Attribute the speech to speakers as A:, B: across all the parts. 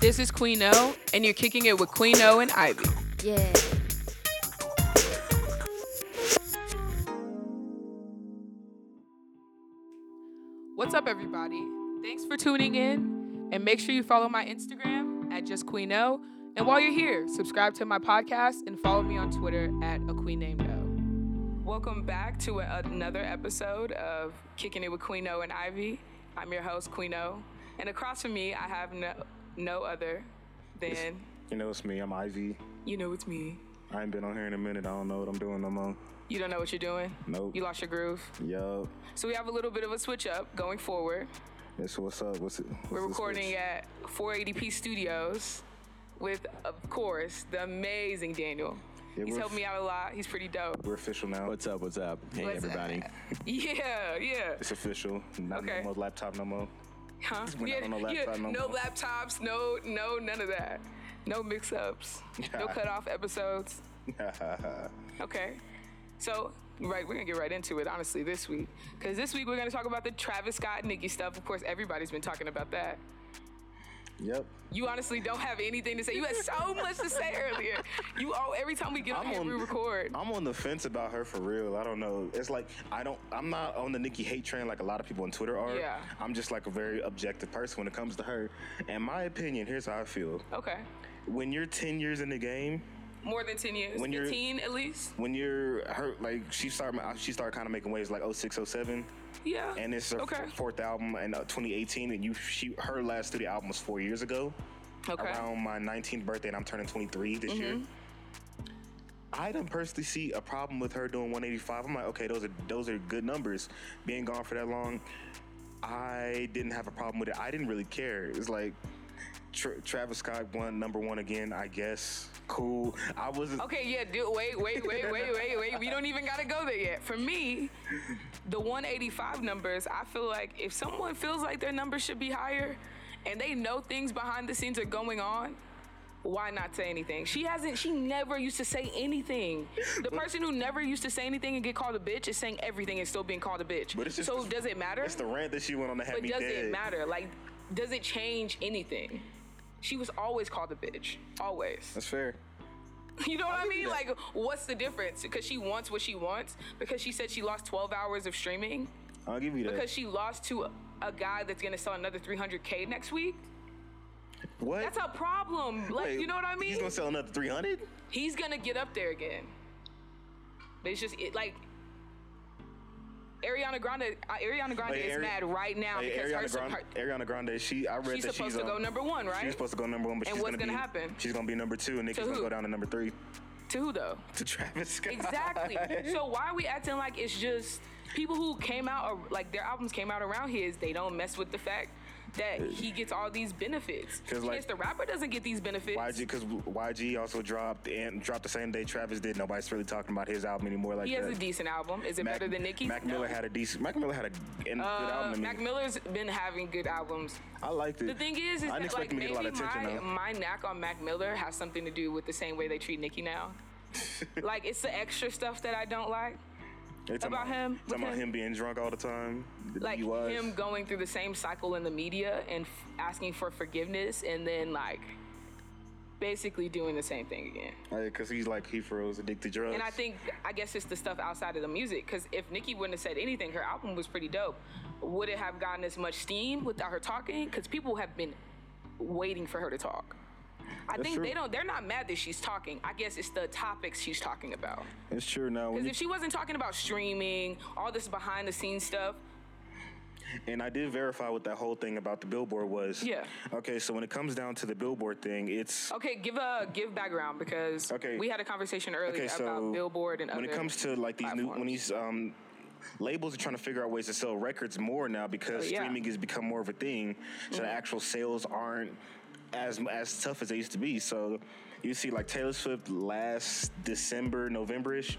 A: This is Queen O, and you're kicking it with Queen O and Ivy.
B: Yeah.
A: What's up, everybody? Thanks for tuning in, and make sure you follow my Instagram at just Queen O. And while you're here, subscribe to my podcast and follow me on Twitter at a Queen named O. Welcome back to a- another episode of Kicking It with Queen O and Ivy. I'm your host, Queen O, and across from me, I have no no other than
C: You know, it's me. I'm Ivy.
A: you know it's me.
C: I ain't been on here in a minute. I don't know what I'm doing no more.
A: You don't know what you're doing.
C: Nope.
A: You lost your groove.
C: Yup.
A: So we have a little bit of a switch up going forward.
C: That's what's up. What's it? what's
A: We're
C: this
A: recording
C: bitch?
A: at 480p Studios with, of course, the amazing Daniel.
C: Yeah,
A: He's
C: we're-
A: helped me out a lot. He's pretty dope.
C: We're official now.
D: What's up? What's up? Hey
A: What's up?
D: everybody.
A: Yeah, yeah.
C: It's official. Not
A: Okay.
C: no more laptop no more.
A: Huh?
C: We're
A: yeah,
C: not on no
A: yeah.
C: laptop no
A: no
C: more.
A: laptops, no, no, none of that. No mix ups, no cut off episodes. Okay. So, right, we're going to get right into it, honestly, this week. Because this week we're going to talk about the Travis Scott Nicki stuff. Of course, everybody's been talking about that.
C: Yep.
A: You honestly don't have anything to say. You had so much to say earlier. You all every time we get on
C: I'm
A: here,
C: on-
A: we record.
C: I'm on the fence about her for real. I don't know. It's like I don't. I'm not on the Nikki hate train like a lot of people on Twitter are.
A: Yeah.
C: I'm just like a very objective person when it comes to her. And my opinion, here's how I feel.
A: Okay.
C: When you're 10 years in the game,
A: More than ten years.
C: When you're-
A: Fifteen at least.
C: when you're her, like she started, she started kind of making waves like 06, 07.
A: Yeah.
C: and it's her
A: okay.
C: f- fourth album in uh, 2018 and you she her last studio album was four years ago
A: okay.
C: around my 19th birthday and i'm turning 23 this year
A: Mm-hmm.
C: i don't personally see a problem with her doing 185 i'm like okay those are those are good numbers being gone for that long i didn't have a problem with it i didn't really care it's like Tra- Travis Scott won number one again, I guess. Cool. I wasn't.
A: Okay, yeah, dude, wait, wait, wait, wait, wait, wait. We don't even gotta go there yet. For me, the 185 numbers, I feel like if someone feels like their numbers should be higher and they know things behind the scenes are going on, why not say anything? She hasn't, she never used to say anything. The person who never used to say anything and get called a bitch is saying everything and still being called a bitch.
C: But it's just
A: so
C: the-
A: does it matter?
C: It's the rant that she went on to have
A: But
C: me
A: does
C: dead.
A: it matter? Like, does it change anything? She was always called a bitch. Always.
C: That's fair.
A: You know what I mean? Like, what's the difference? Because she wants what she wants. Because she said she lost 12 hours of streaming.
C: I'll give you that.
A: Because she lost to a, a guy that's gonna sell another 300k next week.
C: what?
A: That's a problem. Like,
C: Wait,
A: you know what I mean?
C: He's gonna sell another 300.
A: He's gonna get up there again. But it's just it, like Ariana Grande. uh, Ariana Grande
C: Like,
A: is
C: Ari-
A: mad right now
C: Like,
A: because her,
C: Ariana,
A: support.
C: Grande, Ariana Grande, she I read
A: She's
C: that
A: supposed
C: she's
A: to go
C: um,
A: number one, right?
C: She's supposed to go number one, but
A: And
C: she's
A: what's
C: gonna,
A: gonna
C: be,
A: happen?
C: She's gonna be number two, and Nicki's
A: who?
C: gonna go down to number three
A: to who though?
C: to Travis Scott.
A: Exactly. so why are we acting like it's just people who came out or like their albums came out around his? They don't mess with the fact that he gets all these benefits.
C: 'Cause, like-
A: Chance the rapper doesn't get these benefits.
C: YG, because YG also dropped and dropped the same day Travis did. Nobody's really talking about his album anymore. Like
A: he has
C: that.
A: a decent album. Is it
C: Mac-
A: better than Nicki's?
C: Mac Miller had a decent. Mac Miller had a g- and good
A: Uh,
C: album. to me.
A: Mac Miller's been having good albums.
C: I liked it.
A: The thing is, is
C: I didn't
A: that
C: expect
A: like
C: him to
A: maybe
C: get a lot of attention
A: my, my
C: though.
A: knack on Mac Miller has something to do with the same way they treat Nicki now. like it's the extra stuff that I don't like.
C: They talking
A: about him, with
C: talking about
A: him.
C: him being drunk all the time. The
A: like
C: DUIs.
A: him going through the same cycle in the media and f- asking for forgiveness and then like basically doing the same thing again.
C: because he's like he froze addicted to drugs.
A: And I think I guess it's the stuff outside of the music because if Nicki wouldn't have said anything, her album was pretty dope. Would it have gotten as much steam without her talking? Because people have been waiting for her to talk. I think
C: true.
A: they don't. They're not mad that she's talking. I guess it's the topics she's talking about.
C: it's true now. When
A: Because
C: you
A: if she wasn't talking about streaming, all this behind the scenes stuff,
C: And I did verify what that whole thing about the billboard was.
A: Yeah.
C: Okay, so when it comes down to the billboard thing, it's
A: Okay, give a give background because
C: Okay.
A: we had a conversation earlier
C: okay. So
A: about Billboard and
C: when
A: other
C: it comes to like these new when
A: platforms.
C: these um, labels are trying to figure out ways to sell records more now because
A: Oh, yeah. Mm-hmm.
C: streaming has become more of a thing, so the actual sales aren't as as tough as they used to be. So you see, like Taylor Swift last December, November ish.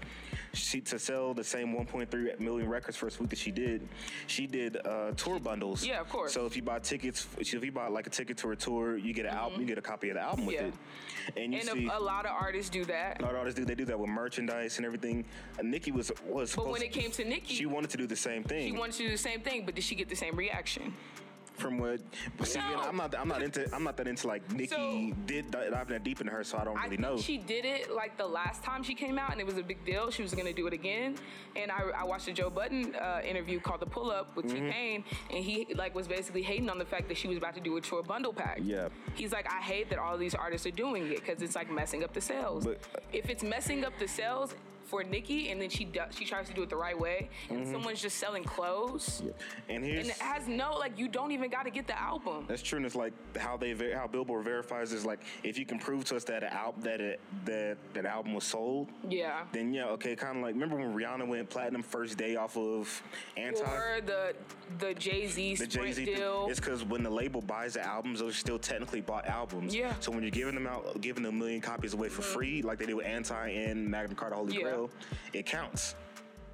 C: She, to sell the same 1.3 million records first week that she did, she did uh, tour bundles.
A: Yeah, of course.
C: So if you buy tickets, if you buy like a ticket to her tour, you get an album, you get a copy of the album with
A: Mm-hmm. Yeah.
C: it, and you
A: and
C: see
A: a, a lot of artists do that.
C: not artists do. They do that with merchandise and everything. And Nikki was was.
A: But
C: supposed
A: when it came to Nicki,
C: she wanted to do the same thing.
A: she wanted to do the same thing, but did she get the same reaction?
C: from what. But see, again,
A: No.
C: I'm not. I'm not into. I'm not that into like Nikki
A: So-
C: did di- diving that deep into her, so I don't
A: I
C: really
A: think
C: know.
A: she did it like the last time she came out, and it was a big deal. She was gonna do it again, and I, I watched a Joe Button uh, interview called "The Pull Up" with
C: Mm-hmm.
A: T Pain, and he like was basically hating on the fact that she was about to do a tour bundle pack.
C: Yeah.
A: he's like, I hate that all these artists are doing it because it's like messing up the sales.
C: But- uh,
A: if it's messing up the sales for Nikki, and then she do, she tries to do it the right way, and
C: Mm-hmm.
A: someone's just selling clothes,
C: and
A: and
C: here's
A: it has no like, you don't even got to get the album.
C: That's true, and it's like how they ver- how Billboard verifies is like if you can prove to us that an al- that it, that that album was sold,
A: yeah.
C: then yeah, okay, kind of like remember when Rihanna went platinum first day off of Anti.
A: Or the the Jay Z
C: the
A: Sprint
C: Jay Z
A: deal.
C: It's because when the label buys the albums, those are still technically bought albums.
A: Yeah. Mm-hmm.
C: So when you're giving them out, giving them a million copies away for free, like they did with Anti and Magna Carta Holy
A: Yeah.
C: Grail, it counts.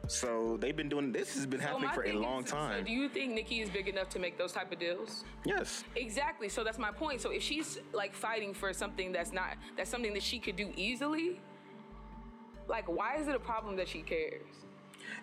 C: So they've been doing this. Has been
A: So
C: happening
A: my
C: for a
A: thing
C: long
A: is,
C: time.
A: So do you think Nikki is big enough to make those type of deals?
C: yes.
A: Exactly. So that's my point. So if she's like fighting for something that's not that's something that she could do easily, like why is it a problem that she cares?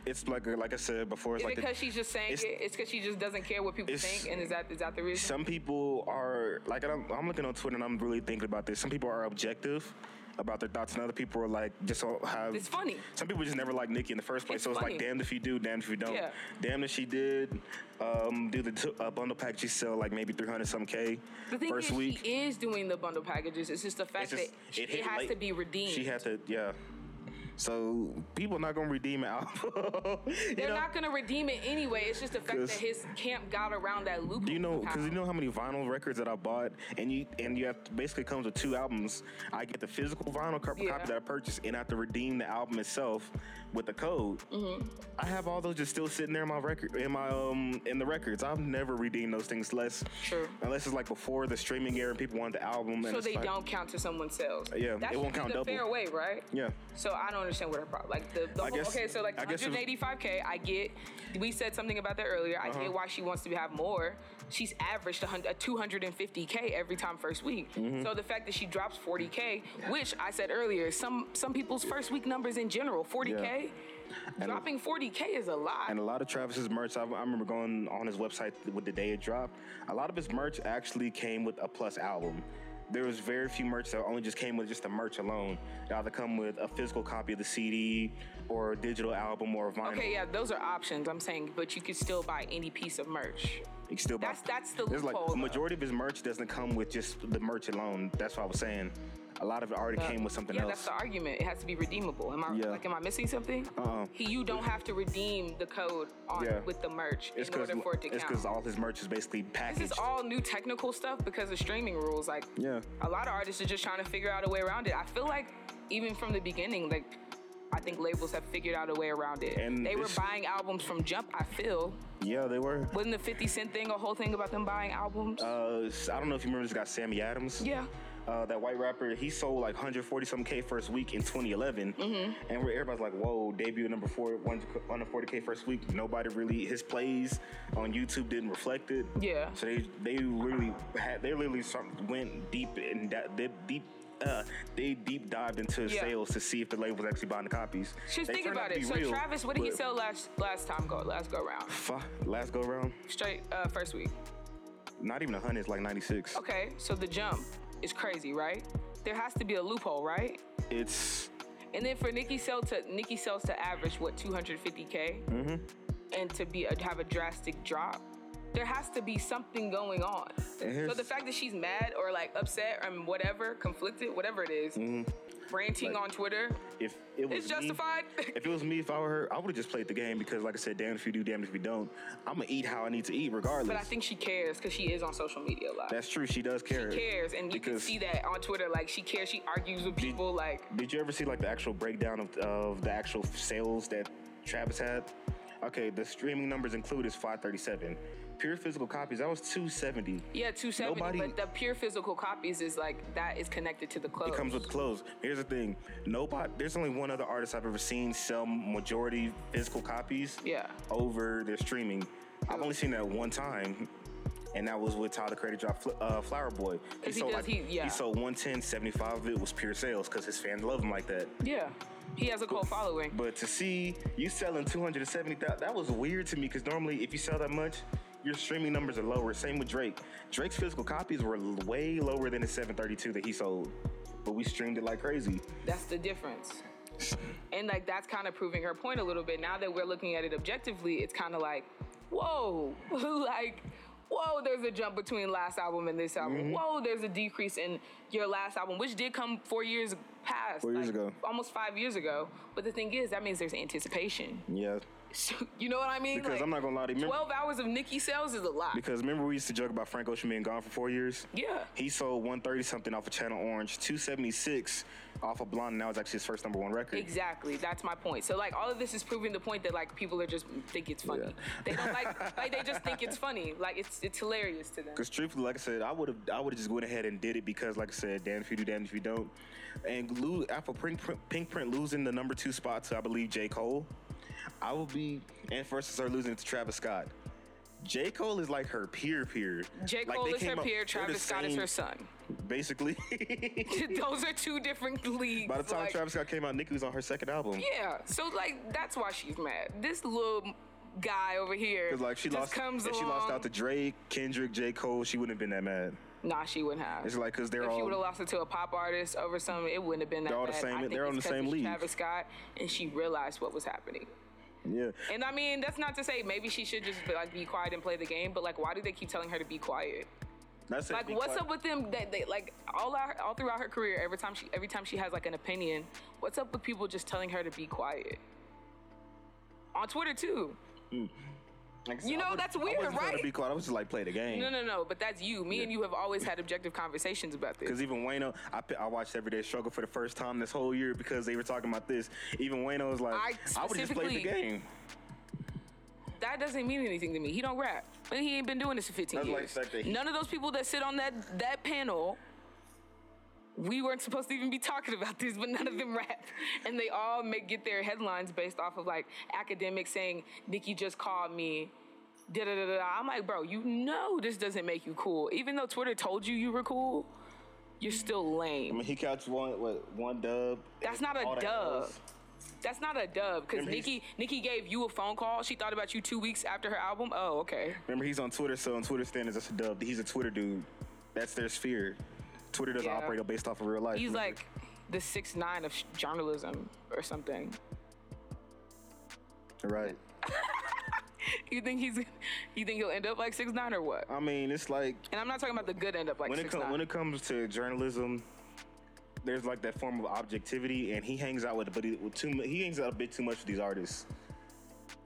C: It's like like I said before. It's
A: Is
C: like
A: it
C: the-
A: because she's just saying
C: it's-
A: it? It's because she just doesn't care what people
C: it's-
A: think, and is that is that the reason?
C: some people are like I'm, I'm looking on Twitter and I'm really thinking about this. Some people are objective about their thoughts, and other people are like just don't have.
A: It's funny.
C: Some people just never like Nikki in the first place,
A: It's
C: so it's
A: funny.
C: like damned if you do, damned if you don't.
A: Yeah.
C: Damned if she did um, do the t- uh, bundle pack she sell like maybe 300 some k
A: the thing
C: first
A: is,
C: week.
A: she is doing the bundle packages. It's just the fact
C: It's just-
A: that it,
C: hit
A: has
C: late.
A: to be redeemed.
C: She had to, yeah. So people not gonna redeem an album. You
A: They're
C: know?
A: not gonna redeem it anyway. It's just the fact that
C: 'Cause-
A: his camp got around that loophole.
C: Do you know?
A: somehow.
C: Because you know how many vinyl records that I bought, and you and you have basically comes with two albums. I get the physical vinyl co-
A: Yeah.
C: copy that I purchased, and I have to redeem the album itself with the code.
A: Mm-hmm.
C: I have all those just still sitting there in my record, in my um, in the records. I've never redeemed those things, less
A: True.
C: unless it's like before the streaming era and people want the album. And
A: so
C: it's
A: they
C: like-
A: don't count to someone's sales.
C: Yeah,
A: that
C: it won't
A: should be
C: count
A: the
C: double.
A: Fair way, right?
C: Yeah.
A: So I don't understand what her problem. Like the, the
C: I
A: whole,
C: guess-
A: okay, so like
C: I guess it was-
A: 185k. I get. We said something about that earlier. I
C: Uh-huh.
A: get why she wants to have more. She's averaged a hun- a 250k every time first week.
C: Mm-hmm.
A: So the fact that she drops 40k, which I said earlier, some some people's first week numbers in general, 40k.
C: And-
A: Dropping 40k is a lot.
C: And a lot of Travis's merch, I, I remember going on his website with the day it dropped. A lot of his merch actually came with a plus album. There was very few merch that only just came with just the merch alone. They either come with a physical copy of the CD or a digital album or a vinyl.
A: okay, yeah, those are options. I'm saying, but you could still buy any piece of merch.
C: You can still buy-
A: That's- that's the
C: There's like
A: loophole,
C: a
A: though.
C: majority of his merch doesn't come with just the merch alone. That's what I was saying. A lot of it already came with something
A: Uh, yeah, that's
C: else.
A: the argument. It has to be redeemable. Am I
C: Yeah.
A: like, am I missing something?
C: Uh-uh.
A: He, you don't have to redeem the code on
C: Yeah.
A: with the merch
C: it's
A: in order for it to
C: it's
A: count.
C: because all his merch is basically packaged.
A: This is all new technical stuff because of streaming rules. Like,
C: Yeah.
A: a lot of artists are just trying to figure out a way around it. I feel like even from the beginning, like. I think labels have figured out a way around it.
C: And
A: they were
C: this-
A: buying albums from Jump. I feel
C: yeah, they were.
A: wasn't the Fifty Cent thing a whole thing about them buying albums?
C: Uh, I don't know if you remember this guy, Sammy Adams.
A: Yeah.
C: Uh, that white rapper, he sold like 140 some K first week in 2011.
A: Mm-hmm.
C: And where everybody's like, whoa, debut at number four, one on the 40K first week. Nobody really, his plays on YouTube didn't reflect it.
A: Yeah.
C: So they they really had, they literally some- went deep and da- they deep. Uh, they deep dived into his
A: Yeah.
C: sales to see if the label was actually buying the copies.
A: Just
C: They
A: think
C: turned out
A: about
C: to
A: it.
C: be
A: So
C: real,
A: Travis, what did he
C: but
A: sell last last time go last go round?
C: fu- last go round,
A: Straight uh, first week.
C: not even 100, it's like 96.
A: Okay, so the jump is crazy, right? There has to be a loophole, right?
C: It's
A: And then for Nikki sell to Nikki sells to average what 250k,
C: Mm-hmm.
A: and to be a, have a drastic drop, there has to be something going on.
C: And
A: So
C: here's-
A: the fact that she's mad or like upset or whatever, conflicted, whatever it is, ranting
C: Mm-hmm. Like- mm-hmm.
A: on Twitter,
C: if it was
A: it's
C: me-
A: justified.
C: If it was me, if I were her, I would have just played the game because, like I said, damn if you do, damn if you don't. I'm gonna eat how I need to eat, regardless.
A: but I think she cares because she is on social media a lot.
C: that's true. She does care.
A: she cares, and you can see that on Twitter. Like she cares, she argues with people. Like
C: Did you ever see like the actual breakdown of, of the actual sales that Travis had? Okay, the streaming numbers include is 537. Pure physical copies that was 270.
A: Yeah, 270,
C: Nobody-
A: but the pure physical copies is like that is connected to the club.
C: It comes with clothes. Here's the thing. Nobody there's only one other artist I've ever seen sell majority physical copies
A: Yeah.
C: over their streaming. I've only seen that one time. And that was with Tyler the Creator dropped Fl- uh, Flower Boy.
A: he does- he- yeah.
C: sold 110, 75 of it was pure sales because his fans love him like that.
A: Yeah. He has a cult following.
C: But to see you selling 270,000, that was weird to me because normally if you sell that much, your streaming numbers are lower. Same with Drake. Drake's physical copies were l- way lower than the 732 that he sold, but we streamed it like crazy.
A: That's the difference. And like that's kind of proving her point a little bit. Now that we're looking at it objectively, it's kind of like, whoa, like, whoa, there's a jump between last album and this album.
C: Mm-hmm.
A: Whoa, there's a decrease in your last album, which did come four years past.
C: Four years
A: like,
C: ago.
A: Almost five years ago. But the thing is, that means there's anticipation.
C: Yeah,
A: So, you know what I mean?
C: because
A: Like,
C: I'm not gonna lie to you. Remember,
A: 12 hours of Nicki sales is a lot.
C: because remember we used to joke about Frank Ocean being gone for four years.
A: yeah.
C: He sold 130 something off of Channel Orange, 276 off of Blonde. and Now it's actually his first number one record.
A: Exactly, that's my point. So like all of this is proving the point that like people are just think it's funny.
C: Yeah.
A: They don't like like they just think it's funny. Like it's it's hilarious to them.
C: Because truthfully, like I said, I would have I would have just went ahead and did it because, like I said, damn if you do, damn if you don't. And lo- after Pink Print, Pink Print losing the number two spot to, I believe, J. Cole, I would be, and versus her losing it to Travis Scott. J. Cole is like her peer peer.
A: J.
C: Like,
A: Cole
C: they
A: is her
C: came up-
A: peer,
C: they're the
A: Travis Scott is
C: same-
A: her son.
C: Basically.
A: Those are two different leagues.
C: By the time
A: like,
C: Travis Scott came out, Nicki was on her second album.
A: Yeah. So like that's why she's mad. This little guy over here
C: Because like she
A: just
C: lost,
A: comes
C: if she lost
A: along-
C: out to Drake, Kendrick, J. Cole, she wouldn't have been that mad.
A: Nah, she wouldn't have.
C: It's like because they're
A: if she
C: all
A: would have lost it to a pop artist over something, it wouldn't have been that
C: They're all the
A: bad.
C: same-
A: I think
C: they're
A: it's
C: on the
A: 'cause
C: same
A: it's
C: league.
A: Travis Scott, and she realized what was happening.
C: yeah.
A: And I mean, that's not to say maybe she should just like be quiet and play the game, but like, why do they keep telling her to be quiet?
C: That's it.
A: Like,
C: Be
A: what's
C: quiet.
A: up with them? That they like all our, all throughout her career, every time she every time she has like an opinion, what's up with people just telling her to be quiet? On Twitter too.
C: Like I said,
A: you
C: I
A: know,
C: wouldn't-
A: that's
C: I
A: weird,
C: wasn't trying
A: right?
C: To be quiet, I was just like play the game.
A: No, no, no. But that's you. Me and you have always had objective conversations about this.
C: Because even Wayno, I, pi- I watched Everyday Struggle for the first time this whole year because they were talking about this. Even Wayno was like,
A: I
C: I, would just play the
A: specifically-
C: game.
A: that doesn't mean anything to me. He don't rap, and he ain't been doing this for 15
C: That's like
A: years.
C: the fact that he-
A: None of those people that sit on that that panel, we weren't supposed to even be talking about this, but none of them rap, and they all make get their headlines based off of like academics saying Nikki just called me. Da, da, da, da. da." I'm like, bro, you know this doesn't make you cool. Even though Twitter told you you were cool, you're still
C: I
A: lame.
C: mean, he catch one what, one dub.
A: That's not a
C: all that
A: dub.
C: else.
A: That's not a dub because
C: Remember, he's-
A: Nikki Nikki gave you a phone call. She thought about you two weeks after her album. Oh, okay.
C: Remember, he's on Twitter, so on Twitter standards, that's a dub. He's a Twitter dude. That's their sphere. Twitter doesn't
A: Yeah.
C: operate based off of real life.
A: He's
C: remember?
A: like the six nine of sh- journalism or something.
C: right.
A: You think he's, you think he'll end up like six nine or what?
C: I mean, it's like
A: And I'm not talking about the good end up like
C: when it
A: six
C: comes
A: nine.
C: when it comes to journalism, there's like that form of objectivity, and he hangs out with but he, with too mu- he hangs out a bit too much with these artists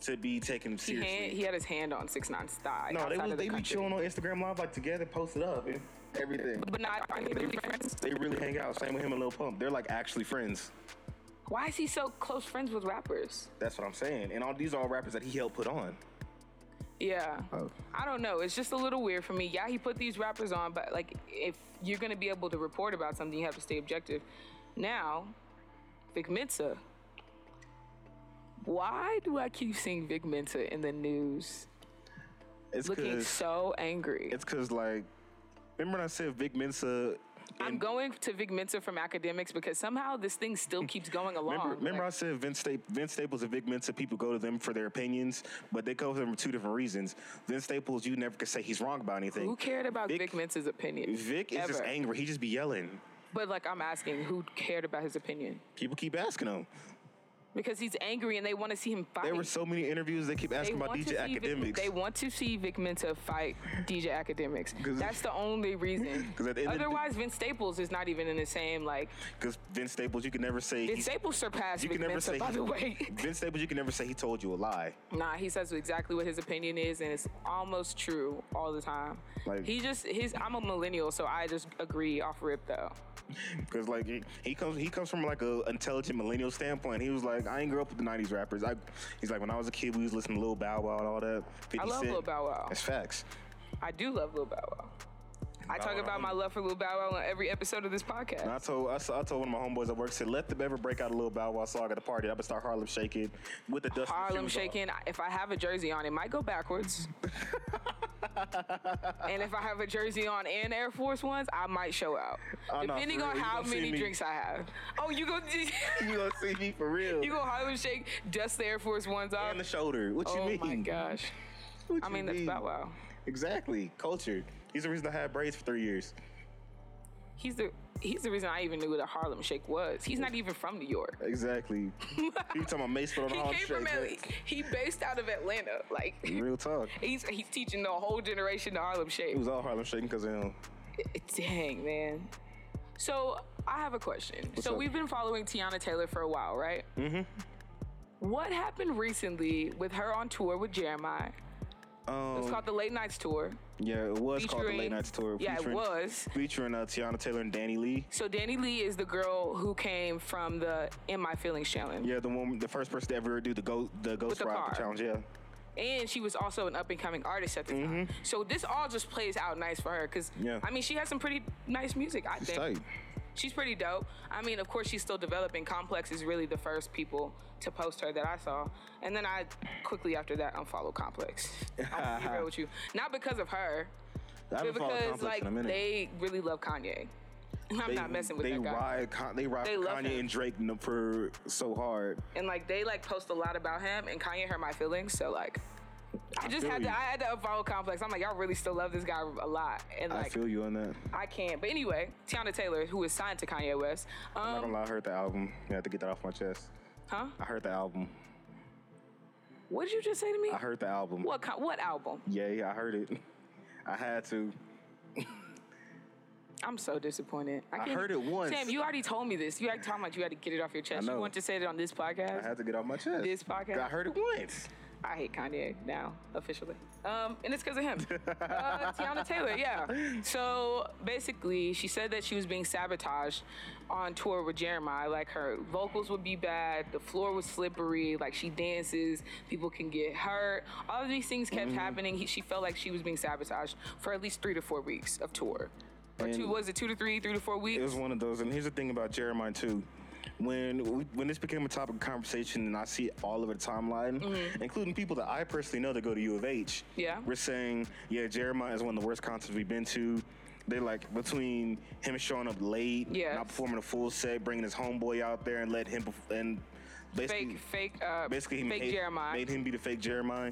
C: to be taken
A: he,
C: seriously.
A: hand, he had his hand on six nine's thigh.
C: no, they
A: outside
C: was,
A: of the
C: they be
A: country.
C: chilling on Instagram live like together, posted up and everything.
A: But not are they really friends.
C: They really hang out. Same with him and Lil Pump. They're like actually friends.
A: Why is he so close friends with rappers?
C: That's what I'm saying. And all these are all rappers that he helped put on.
A: Yeah.
C: Oh.
A: I don't know. It's just a little weird for me. Yeah, he put these rappers on, but like if you're gonna be able to report about something, you have to stay objective. Now, Vic Mensa. Why do I keep seeing Vic Mensa in the news
C: It's
A: looking
C: because
A: so angry?
C: it's because like remember when I said Vic Mensa.
A: I'm
C: and-
A: going to Vic Mensa from academics because somehow this thing still keeps going along.
C: Remember, remember I
A: Like,
C: said Vince, Sta- Vince Staples and Vic Mensa, people go to them for their opinions, but they go to them for two different reasons. Vince Staples, you never could say he's wrong about anything.
A: who cared about Vic,
C: Vic-
A: Mensa's opinion?
C: Vic is just
A: Ever.
C: angry. He just be yelling.
A: But like I'm asking, who cared about his opinion?
C: People keep asking him.
A: Because he's angry and they want to see him fight.
C: There were so many interviews they keep asking about
A: want to
C: DJ
A: see Vic-
C: Academics.
A: they want to see Vic Mensa fight DJ Academics.
C: 'Cause-
A: That's the only reason.
C: 'Cause at the end of the-
A: Otherwise, Vince Staples is not even in the same. Like
C: Because Vince Staples, you can never say
A: Vince
C: he's,
A: Staples surpassed
C: you
A: Vic
C: can never
A: Mensa,
C: say
A: by
C: he-
A: the way.
C: Vince Staples, you can never say he told you a lie.
A: nah, he says exactly what his opinion is, and it's almost true all the time.
C: Like-
A: he just his. I'm a millennial, so I just agree off rip though.
C: Because like he- he comes he comes from like a intelligent millennial standpoint. He was like, I ain't grew up with the '90s rappers. I, he's like, when I was a kid, we was listening to Lil Bow Wow and all that. 50
A: I love
C: Cent.
A: Lil Bow Wow.
C: That's facts.
A: I do love Lil Bow Wow. I talk
C: Wow.
A: about my love for Lil Bow Wow on every episode of this podcast.
C: And I told I, s- I told one of my homeboys at work said, let the ever break out a little Bow Wow song at the party. I'm gonna start Harlem shaking with the dust. in the
A: Harlem
C: shoes off."
A: shaking. If I have a jersey on, it might go backwards. and if I have a jersey on and Air Force Ones, I might show out.
C: Oh, no,
A: Depending
C: for
A: on
C: real, you
A: how
C: gonna see
A: many
C: me.
A: drinks I have. Oh, you go
C: You gonna see me for real?
A: you go Harlem shake, dust the Air Force Ones off.
C: on the shoulder. What you
A: oh
C: mean?
A: my gosh.
C: What
A: I
C: you
A: mean, that's
C: mean?
A: Bow Wow.
C: Exactly. Culture. He's the reason I had braids for three years.
A: He's the he's the reason I even knew what a Harlem Shake was. He's not even from New York.
C: Exactly. you talking about Mace Foot on
A: He
C: all
A: came from Atlanta. He based out of Atlanta. Like
C: Real talk.
A: he's he's teaching the whole generation the Harlem Shake.
C: It was all Harlem shaking because of him.
A: Dang man. So I have a question. so
C: up?
A: we've been following Tiana Taylor for a while, right? Mm-hmm. What happened recently with her on tour with Jeremiah? It's
C: Um,
A: called the Late Nights Tour.
C: yeah, it was called the
A: featuring-
C: Late Nights Tour.
A: Yeah, it
C: featuring-
A: was.
C: Featuring uh, Tiana Taylor and Danny Lee.
A: So Danny Lee is the girl who came from the In My Feelings challenge,
C: Yeah, the one, the first person to ever do the go, the Ghost
A: the
C: Ride
A: car.
C: challenge. Yeah,
A: and she was also an up and coming artist at the time. So this all just plays out nice for her, cause
C: Mm-hmm. Yeah.
A: I mean she has some pretty nice music. I
C: it's
A: think
C: tight.
A: she's pretty dope. I mean, of course she's still developing. Complex is really the first people to post her that I saw, and then I quickly after that unfollowed Complex. I'll be real with you, not because of her,
C: I
A: but
C: haven't followed
A: because
C: Complex
A: like
C: in a minute.
A: they really love Kanye. I'm not messing with
C: they
A: that guy.
C: Ride, Con- they ride
A: They love
C: Kanye
A: him.
C: and Drake n- for so hard.
A: and like they like post a lot about him and Kanye hurt my feelings so like I just
C: feel
A: had
C: you.
A: to I had to unfollow complex I'm like y'all really still love this guy a lot and
C: I
A: like
C: feel you on that.
A: I, can't but anyway Tiana Taylor who is signed to Kanye West
C: I'm not
A: um
C: gonna lie, I heard the album. I have to get that off my chest.
A: huh
C: I heard the album.
A: what did you just say to me
C: I heard the album.
A: what co- what album
C: Yeah, yeah, I heard it. I had to.
A: I'm so disappointed I, can't,
C: heard it once.
A: Sam you already told me this you already told me you had to get it off your chest you
C: know.
A: want to say it on this
C: I
A: podcast
C: had to get off my chest.
A: This podcast?
C: I heard it once.
A: I hate Kanye now officially, um, and it's because of him. uh, Tiana Taylor, yeah. So basically, she said that she was being sabotaged on tour with Jeremiah. Like her vocals would be bad, the floor was slippery. Like she dances, people can get hurt. All of these things kept
C: Mm-hmm.
A: happening. He, she felt like she was being sabotaged for at least three to four weeks of tour. Or two,
C: And-
A: was it two to three, three to four weeks?
C: It was one of those. And here's the thing about Jeremiah too. When we, when this became a topic of conversation, and I see it all over the timeline, including people that I personally know that go to U of H,
A: Mm-hmm. Yeah.
C: we're saying, yeah, Jeremiah is one of the worst concerts we've been to. They like between him showing up late,
A: Yes.
C: not performing a full set, bringing his homeboy out there and let him perf- and basically
A: fake, fake, uh,
C: basically he
A: fake
C: made,
A: Jeremiah.
C: made him be the fake Jeremiah.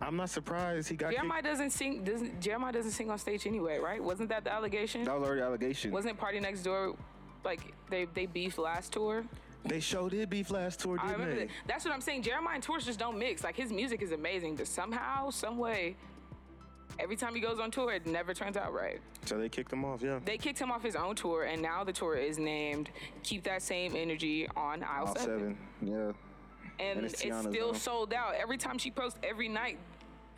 C: I'm not surprised he got kicked.
A: Jeremiah doesn't sing. Doesn't Jeremiah doesn't sing on stage anyway, right? Wasn't that the allegation?
C: That was already allegation.
A: Wasn't Party Next Door like they they beef last tour?
C: they showed did beef last tour,
A: I
C: didn't
A: remember
C: they?
A: that. That's what I'm saying. Jeremiah and Torch just don't mix. Like his music is amazing, but somehow, some way, every time he goes on tour, it never turns out right.
C: So they kicked him off. Yeah.
A: They kicked him off his own tour, and now the tour is named "Keep That Same Energy" on aisle
C: All
A: seven,
C: seven. Yeah.
A: and,
C: and it's
A: it's,
C: Tiana's
A: still
C: now.
A: sold out. Every time she posts, every night.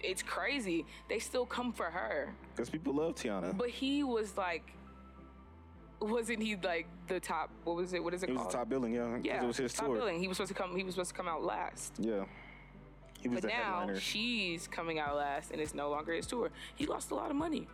A: It's crazy. They still come for her.
C: Because people love Tiana.
A: But he was like, wasn't he like the top? What was it? What is it
C: He was
A: called?
C: the top billing, yeah. 'cause
A: yeah,
C: It was his
A: top
C: tour.
A: billing. He was supposed to come. He was supposed to come out last.
C: Yeah. He was
A: But
C: the
A: now
C: headliner.
A: she's coming out last, and it's no longer his tour. He lost a lot of money.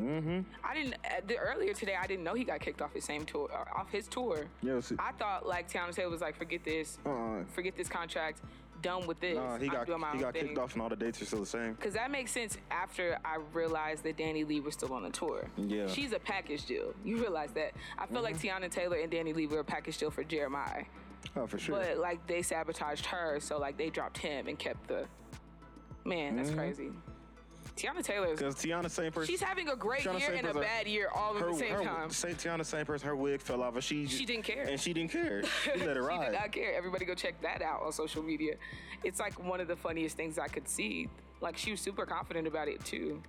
A: Mm-hmm. I didn't. uh, The, earlier today, I didn't know he got kicked off his same tour, uh, off his tour.
C: Yeah, it was-
A: I thought like Tiana Taylor was like, forget this,
C: Uh-uh.
A: forget this contract, done with this.
C: Nah, uh, he
A: I'm
C: got
A: doing my
C: he
A: own
C: got
A: thing.
C: kicked off, and all the dates are still the same.
A: Cause that makes sense after I realized that Danny Lee was still on the tour.
C: Yeah. Mm-hmm.
A: She's a package deal. You realize that. I feel like Tiana Taylor and Danny Lee were a package deal for Jeremiah.
C: Oh, for sure.
A: But like they sabotaged her, so like they dropped him and kept the man, that's
C: Mm-hmm.
A: crazy. Tiana Taylor's
C: Because Tiana, same person.
A: she's having a great
C: Tiana
A: year
C: same
A: and a
C: person.
A: bad year all at
C: her,
A: the same
C: her,
A: time.
C: Say Tiana, same person. Her wig fell off, and she
A: She didn't care.
C: And she didn't care. She let it
A: She did
C: ride.
A: not care. Everybody go check that out on social media. It's like one of the funniest things I could see. Like she was super confident about it too.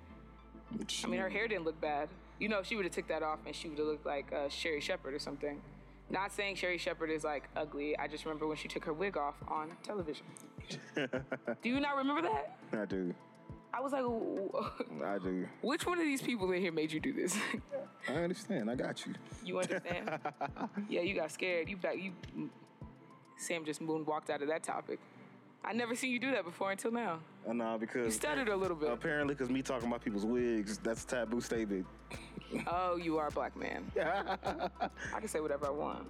A: I mean, her hair didn't look bad. You know, if she would have took that off and she would have looked like uh, Sherry Shepherd or something. Not saying Sherry Shepherd is like ugly. I just remember when she took her wig off on television. Do you not remember that?
C: I do.
A: I was like, "Wh-
C: I do.
A: which one of these people in here made you do this?
C: I understand. I got you.
A: you understand? yeah, you got scared. You got you. Sam just moonwalked out of that topic. I never seen you do that before until now.
C: Uh, nah, because
A: You stuttered a little bit.
C: apparently, because me talking about people's wigs, that's a taboo statement.
A: Oh, you are a black man. I can say whatever I want.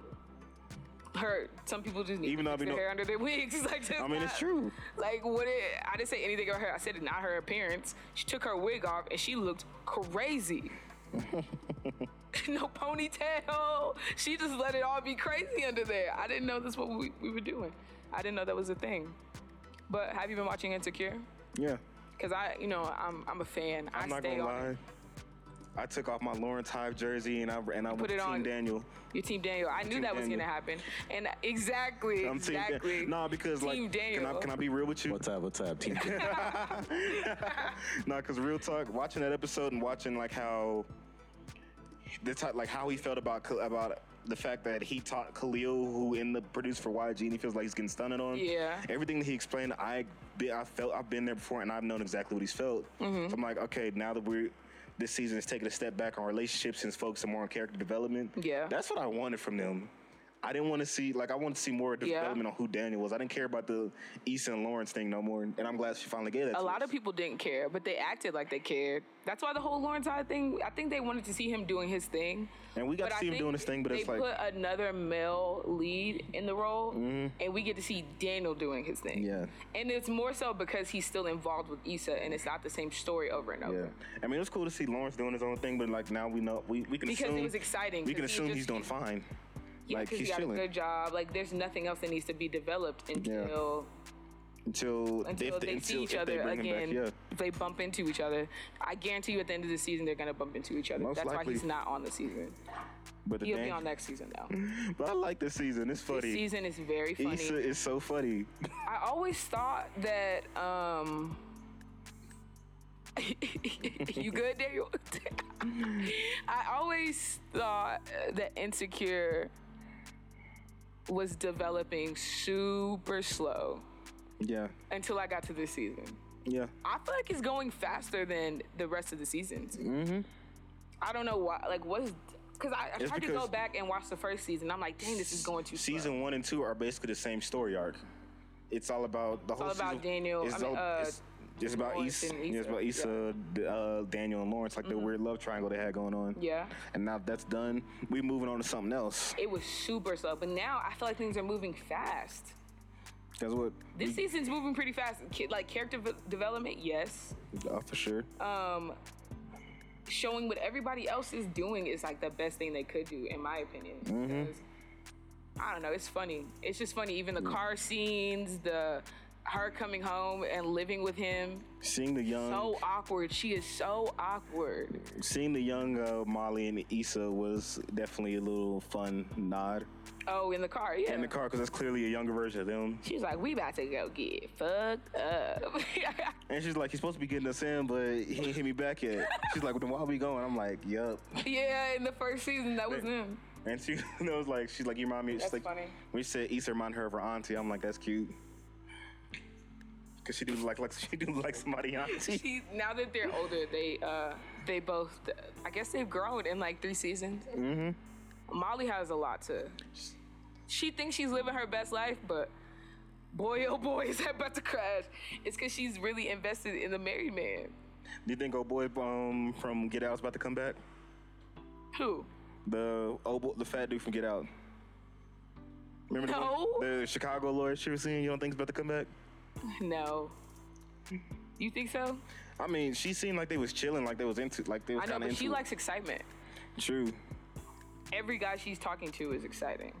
A: Her, some people just need Even
C: Even though I
A: their
C: be no-
A: hair under their wigs. It's Like,
C: I mean, it's true.
A: Like, what? It, I didn't say anything about her. I said it, not her appearance. She took her wig off and she looked crazy. no ponytail. She just let it all be crazy under there. I didn't know that's what we, we were doing. I didn't know that was a thing. But have you been watching Insecure?
C: Yeah.
A: Cause I, you know, I'm I'm a fan. i
C: I'm not
A: stay
C: gonna
A: on
C: lie.
A: it.
C: I took off my Lawrence Hive jersey and I and I went
A: put
C: to
A: it
C: Team
A: on.
C: Daniel.
A: Your team Daniel. I knew
C: Team
A: that was
C: Daniel.
A: gonna happen. And exactly,
C: I'm Team Dan-
A: exactly.
C: Nah, because
A: Team
C: like, can I
A: Daniel.
C: can I be real with you?
B: What's up? What's up? Team Daniel.
C: Nah, because real talk, watching that episode and watching like how the type, like how he felt about Khal- about the fact that he taught Khalil, who in the produced for YG, and he feels like he's getting stunted on.
A: Yeah.
C: Everything that he explained, I be, I felt I've been there before, and I've known exactly what he's felt.
A: Mm-hmm.
C: So I'm like, okay, now that we're this season is taking a step back on relationships and focusing more on character development.
A: Yeah.
C: That's what I wanted from them. I didn't want to see like I wanted to see more
A: Yeah.
C: development on who Daniel was. I didn't care about the Easton and Lawrence thing no more, and I'm glad she finally gave that.
A: a
C: to
A: lot
C: us.
A: of people didn't care, but they acted like they cared. That's why the whole Lawrence Hyde thing. I think they wanted to see him doing his thing.
C: And we got
A: But
C: to
A: I
C: see him
A: think
C: doing his thing, but
A: they
C: it's like,
A: put another male lead in the role, and we get to see Daniel doing his thing.
C: Mm-hmm. Yeah.
A: and it's more so because he's still involved with Issa, and it's not the same story over and
C: yeah.
A: over.
C: I mean, it was cool to see Lawrence doing his own thing, but like now we know we, we can
A: Because it
C: assume
A: was exciting,
C: We can
A: 'cause he
C: assume
A: just-
C: he's doing fine.
A: Yeah,
C: like
A: 'cause
C: he's
A: he got
C: chilling
A: a good job. Like, there's nothing else that needs to be developed until
C: until
A: until
C: if
A: they see
C: until-
A: each
C: if they
A: other
C: bring him back,
A: again.
C: yeah.
A: If they bump into each other, I guarantee you at the end of the season they're gonna bump into each other.
C: Most
A: That's why
C: likely.
A: he's not on the season.
C: But the
A: He'll be
C: dang-
A: on next season though.
C: But I like this season. It's
A: This
C: funny.
A: season is very funny.
C: Issa is so funny.
A: I always thought that um you good, Daniel? I always thought that Insecure was developing super slow
C: Yeah,
A: until I got to this season.
C: yeah.
A: I feel like it's going faster than the rest of the seasons. Mm-hmm. I don't know why. Like, what's because I, I
C: It's
A: tried to go
C: because-
A: back and watch the first season. I'm like, dang, this is going too slow.
C: Season one and two are basically the same story arc. It's all about the whole.
A: all about
C: season-
A: Daniel-
C: It's
A: I mean,
C: all-
A: uh,
C: it's, it's about
A: Lawrence
C: Issa.
A: and
C: Yeah, it's about
A: Issa, Mm-hmm.
C: Issa, D- uh, Daniel, and Lawrence. Like the weird love triangle they had going on.
A: Yeah.
C: And now that's done. We moving on to something else.
A: It was super slow, but now I feel like things are moving fast.
C: That's what.
A: This season's moving pretty fast. Ki- Like character v- development, yes.
C: Oh, for sure.
A: Uh, Showing what everybody else is doing is like the best thing they could do, in my opinion.
C: Mm-hmm.
A: Because, I don't know. It's funny. It's just funny. Even
C: Mm.
A: the car scenes, the her coming home and living with him
C: seeing the young,
A: so awkward. She is so awkward.
C: seeing the young uh, Molly and Issa was definitely a little fun nod
A: Oh, in the car, yeah.
C: in the car because that's clearly a younger version of them.
A: She's like, we about to go get fucked up.
C: And she's like, he's supposed to be getting us in, but he ain't hit me back yet. she's like, well, then why we going? I'm like, yup.
A: yeah, in the first season, that was him.
C: And she knows like, she's like, you remind me. She's
A: That's
C: like,
A: funny.
C: We said Issa remind her of her auntie. I'm like, that's cute. Cause she do like like she do like somebody auntie.
A: She, now that they're older, they uh, they both, I guess they've grown in like three seasons. Mm-hmm. Molly has a lot to. She thinks she's living her best life, but boy, oh boy, is that about to crash. It's because she's really invested in the married man.
C: Do you think old boy um, from Get Out's about to come back?
A: Who?
C: The old boy, the fat dude from Get Out. Remember
A: No.
C: the, one- the Chicago lawyer she was seeing? You don't think he's about to come back?
A: No. You think so?
C: I mean, she seemed like they was chilling, like they was into, like they was
A: I know,
C: kind of
A: but
C: into.
A: she likes excitement.
C: it. True.
A: every guy she's talking to is exciting.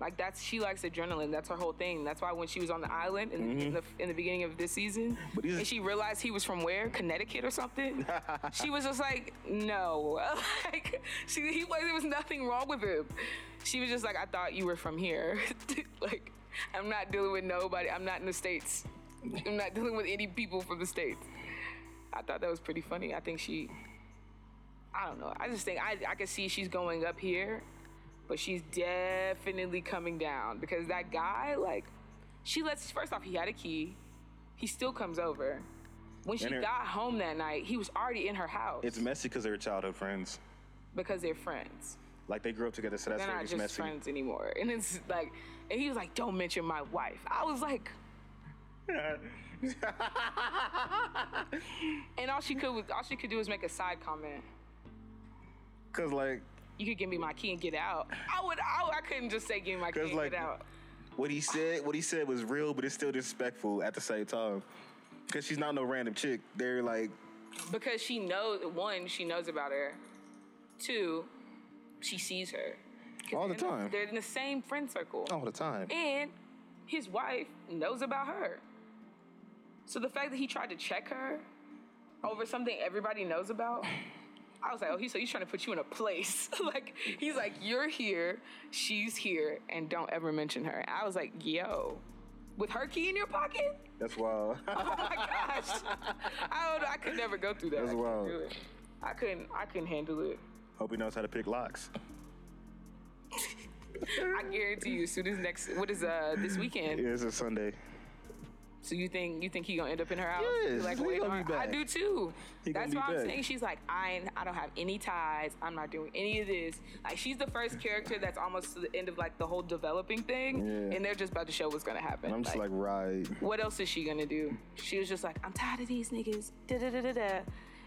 A: Like that's she likes adrenaline. That's her whole thing. That's why when she was on the island in, in the in the beginning of this season,
C: But he's-
A: and she realized he was from where Connecticut or something, she was just like, no, like she he was there was nothing wrong with him. She was just like, I thought you were from here. like I'm not dealing with nobody. I'm not in the states. I'm not dealing with any people from the states. I thought that was pretty funny. I think she, I don't know. I just think I I can see she's going up here but she's definitely coming down because that guy, like, she lets. First off, he had a key. He still comes over. When she
C: And her-
A: got home that night, he was already in her house
C: It's messy because they're childhood friends.
A: because they're friends.
C: Like they grew up together, so that's
A: They're
C: where it
A: not
C: gets
A: just
C: messy.
A: friends anymore. And it's like, and he was like, "Don't mention my wife." I was like, and all she could was all she could do was make a side comment.
C: Cause like,
A: You could give me my key and get out. I would. I, I couldn't just say give me my key
C: 'Cause,
A: and
C: like,
A: get out.
C: what he said, what he said was real, but it's still disrespectful at the same time. Cause she's not no random chick. They're like,
A: because she knows one she knows about her two she sees her 'Cause
C: All the
A: they're in
C: time. Oh.
A: they're in the same friend circle
C: all the time.
A: and his wife knows about her so the fact that he tried to check her over something everybody knows about. I was like, oh, he's so he's trying to put you in a place. like he's like, you're here, she's here, and don't ever mention her. I was like, yo, with her key in your pocket?
C: That's wild.
A: Oh my gosh, I don't know. I could never go through that.
C: That's
A: I couldn't
C: wild.
A: do it. I couldn't. I couldn't handle it.
C: Hope he knows how to pick locks.
A: I guarantee you, as soon as next, what is uh this weekend?
C: Yeah, it's a Sunday.
A: So you think you think he gonna end up in her house?
C: Yes,
A: like,
C: he
A: wait,
C: gonna be
A: Lauren, I
C: back.
A: do too.
C: He gonna
A: That's
C: be
A: why I'm
C: back.
A: saying she's like, I ain't, I don't have any ties. I'm not doing any of this. Like she's the first character that's almost to the end of like the whole developing thing,
C: Yeah.
A: and they're just about to show what's gonna happen.
C: I'm just like, right.
A: what else is she gonna do? She was just like, I'm tired of these niggas. Da da da da da.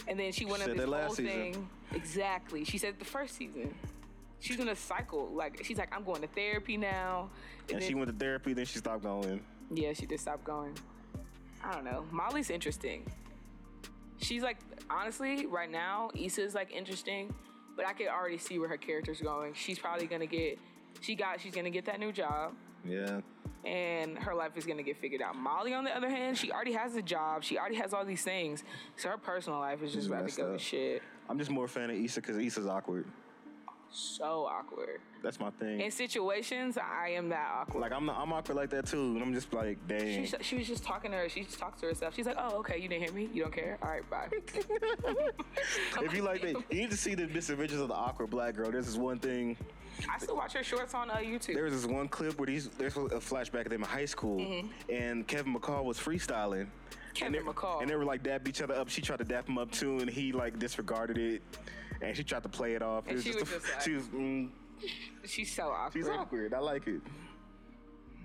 A: And then she went on
C: Said
A: this
C: that last
A: whole
C: season.
A: thing. Exactly. She said the first season. She's gonna cycle. Like she's like, I'm going to therapy now.
C: And
A: then-
C: she went to therapy, then she stopped going.
A: yeah, she did stop going. I don't know. Molly's interesting. She's like, honestly, right now, Issa's like interesting, but I could already see where her character's going. She's probably gonna get, she got, she's gonna get that new job,
C: Yeah.
A: and her life is gonna get figured out. Molly, on the other hand, she already has a job, she already has all these things, so her personal life is just
C: It's
A: about to
C: messed
A: go to
C: up.
A: shit.
C: I'm just more a fan of Issa because Issa's awkward.
A: So awkward.
C: That's my thing.
A: In situations, I am that awkward.
C: like I'm not, I'm awkward like that too, and I'm just like, dang.
A: She, she was just talking to her. She just talks to herself. She's like, "Oh, okay, you didn't hear me. You don't care. All right, bye."
C: if you like that, you need to see the misadventures of the awkward black girl. There's this one thing.
A: I still watch her shorts on uh, YouTube.
C: There was this one clip where these there's a flashback of them in high school, and Kevin McCall was freestyling.
A: Mm-hmm. Kevin
C: and they,
A: McCall.
C: And they were like dap each other up. She tried to dap him up too, and he like disregarded it, and she tried to play it off.
A: And
C: It
A: she
C: just
A: was
C: a-
A: just like-
C: she was, mm,
A: She's so awkward.
C: she's awkward. I like it.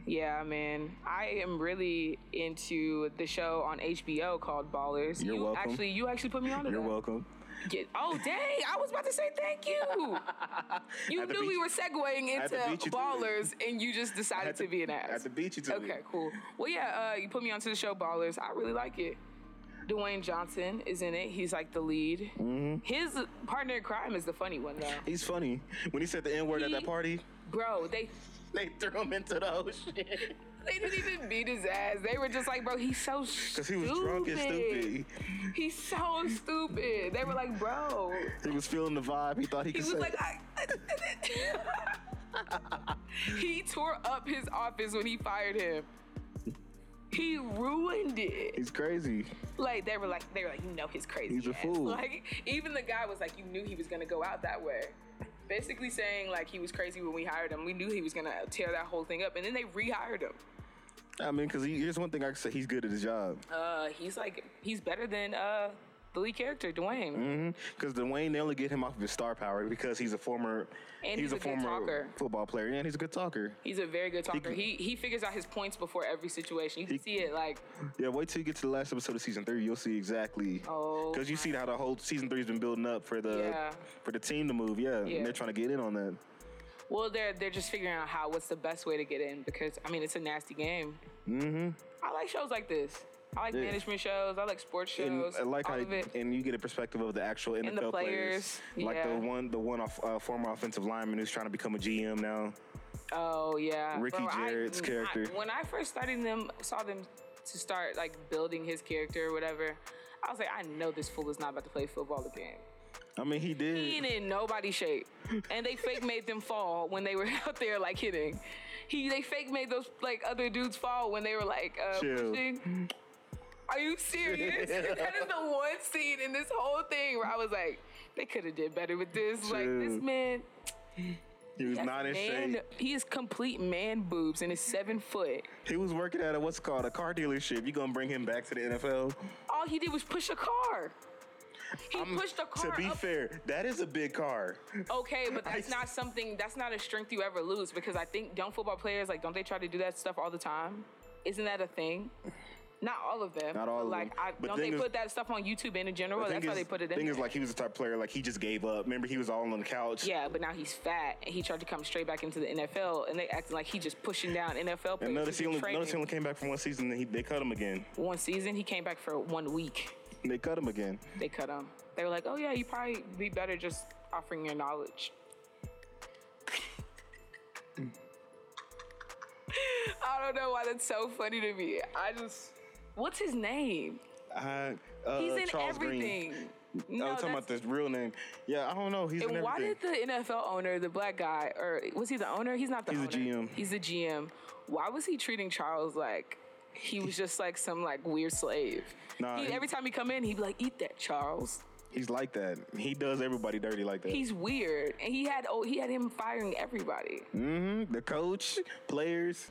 A: Yeah, man. I am really into the show on HBO called Ballers.
C: You're
A: you
C: welcome.
A: Actually, you actually put me on to
C: You're
A: that.
C: welcome.
A: Get- oh, dang. I was about to say thank you. You
C: Had to
A: knew
C: beat
A: we
C: you-
A: were segueing
C: had to
A: into
C: beat you to it.
A: Ballers, and you just
C: I
A: decided
C: had
A: to, be an ass.
C: I had to beat you to it.
A: Okay, cool. Well, yeah, uh, you put me onto the show Ballers. I really like it. Dwayne Johnson is in it. He's like the lead.
C: Mm-hmm.
A: His partner in crime is the funny one, though.
C: He's funny. When he said the N word at that
A: He-
C: party,
A: Bro, they
C: they threw him into the ocean.
A: They didn't even beat his ass. They were just like, bro, he's so stupid.
C: Because he was drunk and stupid.
A: He's so stupid. They were like, bro.
C: He was feeling the vibe. He thought he
A: He
C: could
A: was
C: say
A: like, "Ah." I. he tore up his office when he fired him. He ruined it.
C: he's crazy.
A: Like they were like they were like you know he's crazy.
C: He's a
A: ass."
C: fool.
A: Like even the guy was like you knew he was gonna go out that way. Basically saying like he was crazy when we hired him. We knew he was gonna tear that whole thing up, and then they rehired him.
C: I mean, because he, here's one thing I can say he's good at his job.
A: Uh, he's like he's better than uh the lead character Dwayne,
C: Mm. Because Dwayne, they only get him off of his star power because he's a former.
A: and he's,
C: he's,
A: a,
C: a,
A: good
C: former
A: talker.
C: football player, and he's a good talker.
A: He's a very good talker.
C: can-
A: He he figures out his points before every situation. You can
C: He-
A: see it like
C: Yeah, wait till you get to the last episode of season three, you'll see exactly.
A: Oh
C: Because you see how the whole season three's been building up for the
A: Yeah.
C: for the team to move. Yeah,
A: Yeah.
C: and they're trying to get in on that.
A: well they're they're just figuring out how what's the best way to get in because I mean it's a nasty game. Mm-hmm. I like shows like this. I like
C: Yeah.
A: management shows. I like sports
C: And
A: shows.
C: I like
A: all
C: how,
A: of it.
C: and you get a perspective of the actual NFL
A: the
C: players,
A: players,
C: like
A: yeah.
C: the one, the one off, uh, former offensive lineman who's trying to become a GM now.
A: Oh yeah,
C: Ricky Jarrett's
A: I,
C: character.
A: I- when I first started them, saw them to start like building his character or whatever. I was like, I know this fool is not about to play football again.
C: I mean, he did.
A: He ain't in nobody's shape, and they fake made them fall when they were out there like hitting. He they fake made those like other dudes fall when they were like uh,
C: Chill.
A: pushing. Are you serious? that is the one scene in this whole thing where I was like, they could have did better with this. Like
C: Chill.
A: this man,
C: He was
A: that's
C: not in
A: man
C: shape.
A: he is complete man boobs and is seven foot.
C: He was working at a what's called a car dealership. You gonna bring him back to the NFL?
A: All he did was push a car. He
C: I'm-
A: pushed a car
C: To be
A: up.
C: fair, that is a big car.
A: Okay, but that's
C: I-
A: not something. That's not a strength you ever lose because I think don't football players like don't they try to do that stuff all the time? Isn't that a thing? Not all of them.
C: Not all
A: but,
C: of
A: like,
C: them.
A: I,
C: But
A: don't they
C: thing is-
A: put that stuff on YouTube and in general? That's how they put it in.
C: Thing is,
A: there.
C: like he was the type of player like he just gave up. Remember, he was all on the couch.
A: yeah, but now he's fat and he tried to come straight back into the NFL and they acting like he just pushing down NFL players.
C: And notice
A: who've
C: he
A: been
C: only
A: training.
C: notice he only came back for one season. Then he, they cut him again.
A: One season he came back for one week.
C: They cut him again.
A: They cut him. They were like, "Oh yeah, you probably be better just offering your knowledge." I don't know why that's so funny to me. I just, what's his name?
C: I, uh,
A: He's in
C: Charles Green.
A: everything. No,
C: I was talking
A: that's-
C: about this real name. Yeah, I don't know. He's in
A: And why
C: everything.
A: did the NFL owner, the black guy, or was he the owner? He's not the
C: He's
A: owner.
C: the GM.
A: He's the GM. Why was he treating Charles like he was just like some like weird slave?
C: Nah,
A: he,
C: he-
A: every time he come in, he'd be like, "Eat that, Charles."
C: He's like that. He does everybody dirty like that.
A: He's weird, and he had oh he had him firing everybody.
C: Mm-hmm. The coach, players,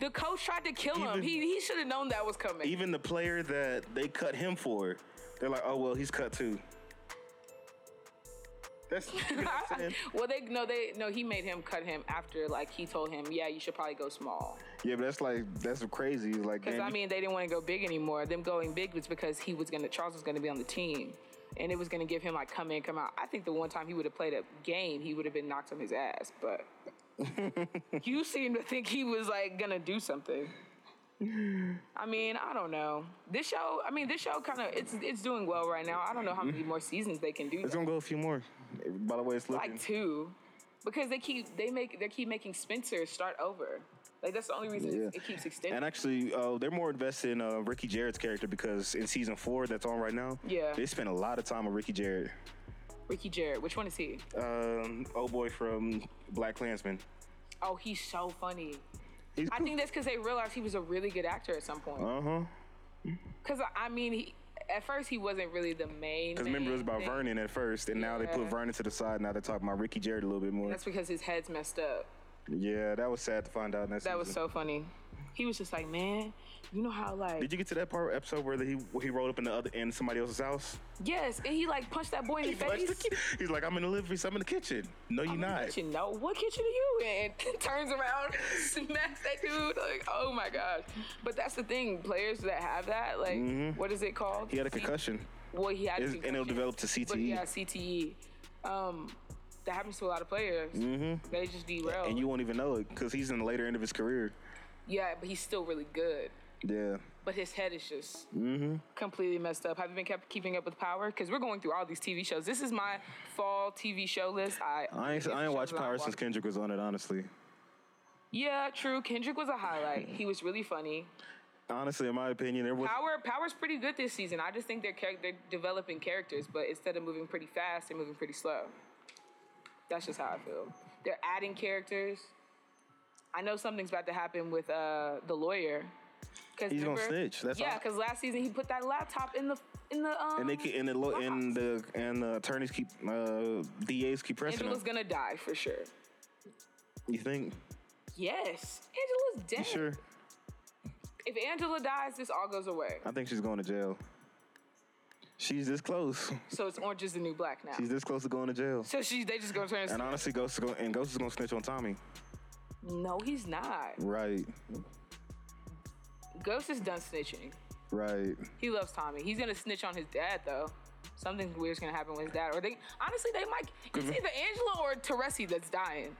A: The coach tried to kill him.
C: Even-
A: He he should have known that was coming.
C: even the player that they cut him for. They're like, oh well, he's cut too. That's you know what I'm saying?
A: well, they no they no he made him cut him after like he told him, "Yeah, you should probably go small."
C: yeah, but that's like that's crazy. Like,
A: Because
C: man,
A: I
C: you-
A: mean, they didn't want to go big anymore. Them going big was because he was gonna Charles was gonna be on the team, and it was gonna give him like come in, come out. I think the one time he would have played a game, he would have been knocked on his ass. But you seem to think he was like gonna do something. I mean, I don't know. This show, I mean, this show kind of it's it's doing well right now. I don't know how many more seasons they can do.
C: it's
A: that.
C: gonna go a few more. By the way, it's looking.
A: Like two, because they keep they make they keep making Spencer start over. Like that's the only reason
C: Yeah.
A: it keeps extending.
C: and actually, uh, they're more invested in uh, Ricky Jarrett's character because in season four that's on right now,
A: Yeah.
C: they spent a lot of time with Ricky Jarrett,
A: Ricky Jarrett, which one is he?
C: um, oh boy from Black Klansman.
A: Oh, he's so funny.
C: He's
A: I think that's because they realized he was a really good actor at some point.
C: uh huh.
A: Because I mean, he, at first he wasn't really the main.
C: Because remember it was
A: main
C: about
A: thing.
C: Vernon at first, and now they put
A: Yeah.
C: Vernon to the side. Now they're talking about Ricky Jarrett a little bit more.
A: That's because his head's messed up.
C: yeah, that was sad to find out. in That,
A: That was
C: season.
A: so funny. He was just like, man, you know how like
C: Did you get to that part episode where he where he rolled up in the other in somebody else's house?
A: yes, and he like punched that boy in the
C: Like,
A: face.
C: He's like, I'm in the living room. I'm in the kitchen. No, you're not.
A: Kitchen, no, what kitchen are you in? Turns around, smacks that dude. Like, oh my gosh! But that's the thing, players that have that, like, what is it called?
C: Mm-hmm. He had a
A: C-
C: concussion.
A: Well, he had
C: It's- and it'll
A: concussion.
C: develop to E.
A: But
C: CTE,
A: yeah, CTE. Um, that happens to a lot of players. Mm-hmm. They just derail.
C: and you won't even know it because he's in the later end of his career.
A: yeah, but he's still really good.
C: Yeah,
A: But his head is just
C: Mm-hmm.
A: completely messed up. Have you been kept keeping up with Power? Because we're going through all these TV shows. This is my fall TV show list. I
C: I ain't I ain't watched Power since Kendrick was on it. Honestly,
A: Yeah, true. Kendrick was a highlight. He was really funny.
C: honestly, in my opinion, there was
A: Power Power's pretty good this season. I just think they're charac- they're developing characters, but instead of moving pretty fast, they're moving pretty slow. That's just how I feel. They're adding characters. I know something's about to happen with uh, the lawyer. Cause
C: He's gonna
A: remember-
C: snitch, that's
A: yeah,
C: all.
A: because last season he put that laptop in the in the um.
C: and they keep, and the lo- and
A: box.
C: the and the attorneys keep uh, DAs keep pressing him.
A: Angela's gonna die for sure.
C: You think?
A: Yes, Angela's dead.
C: You sure?
A: If Angela dies, this all goes away.
C: I think she's going to jail. She's this close.
A: So it's Orange is the New Black now.
C: She's this close to going to jail.
A: so she they just gonna turn.
C: And honestly, Ghost is going and Ghost is going to snitch on Tommy.
A: no, he's not.
C: Right,
A: Ghost is done snitching.
C: right.
A: He loves Tommy. He's gonna snitch on his dad though. Something weird's gonna happen with his dad. Or they honestly they might it's either Angela or Teresi that's dying.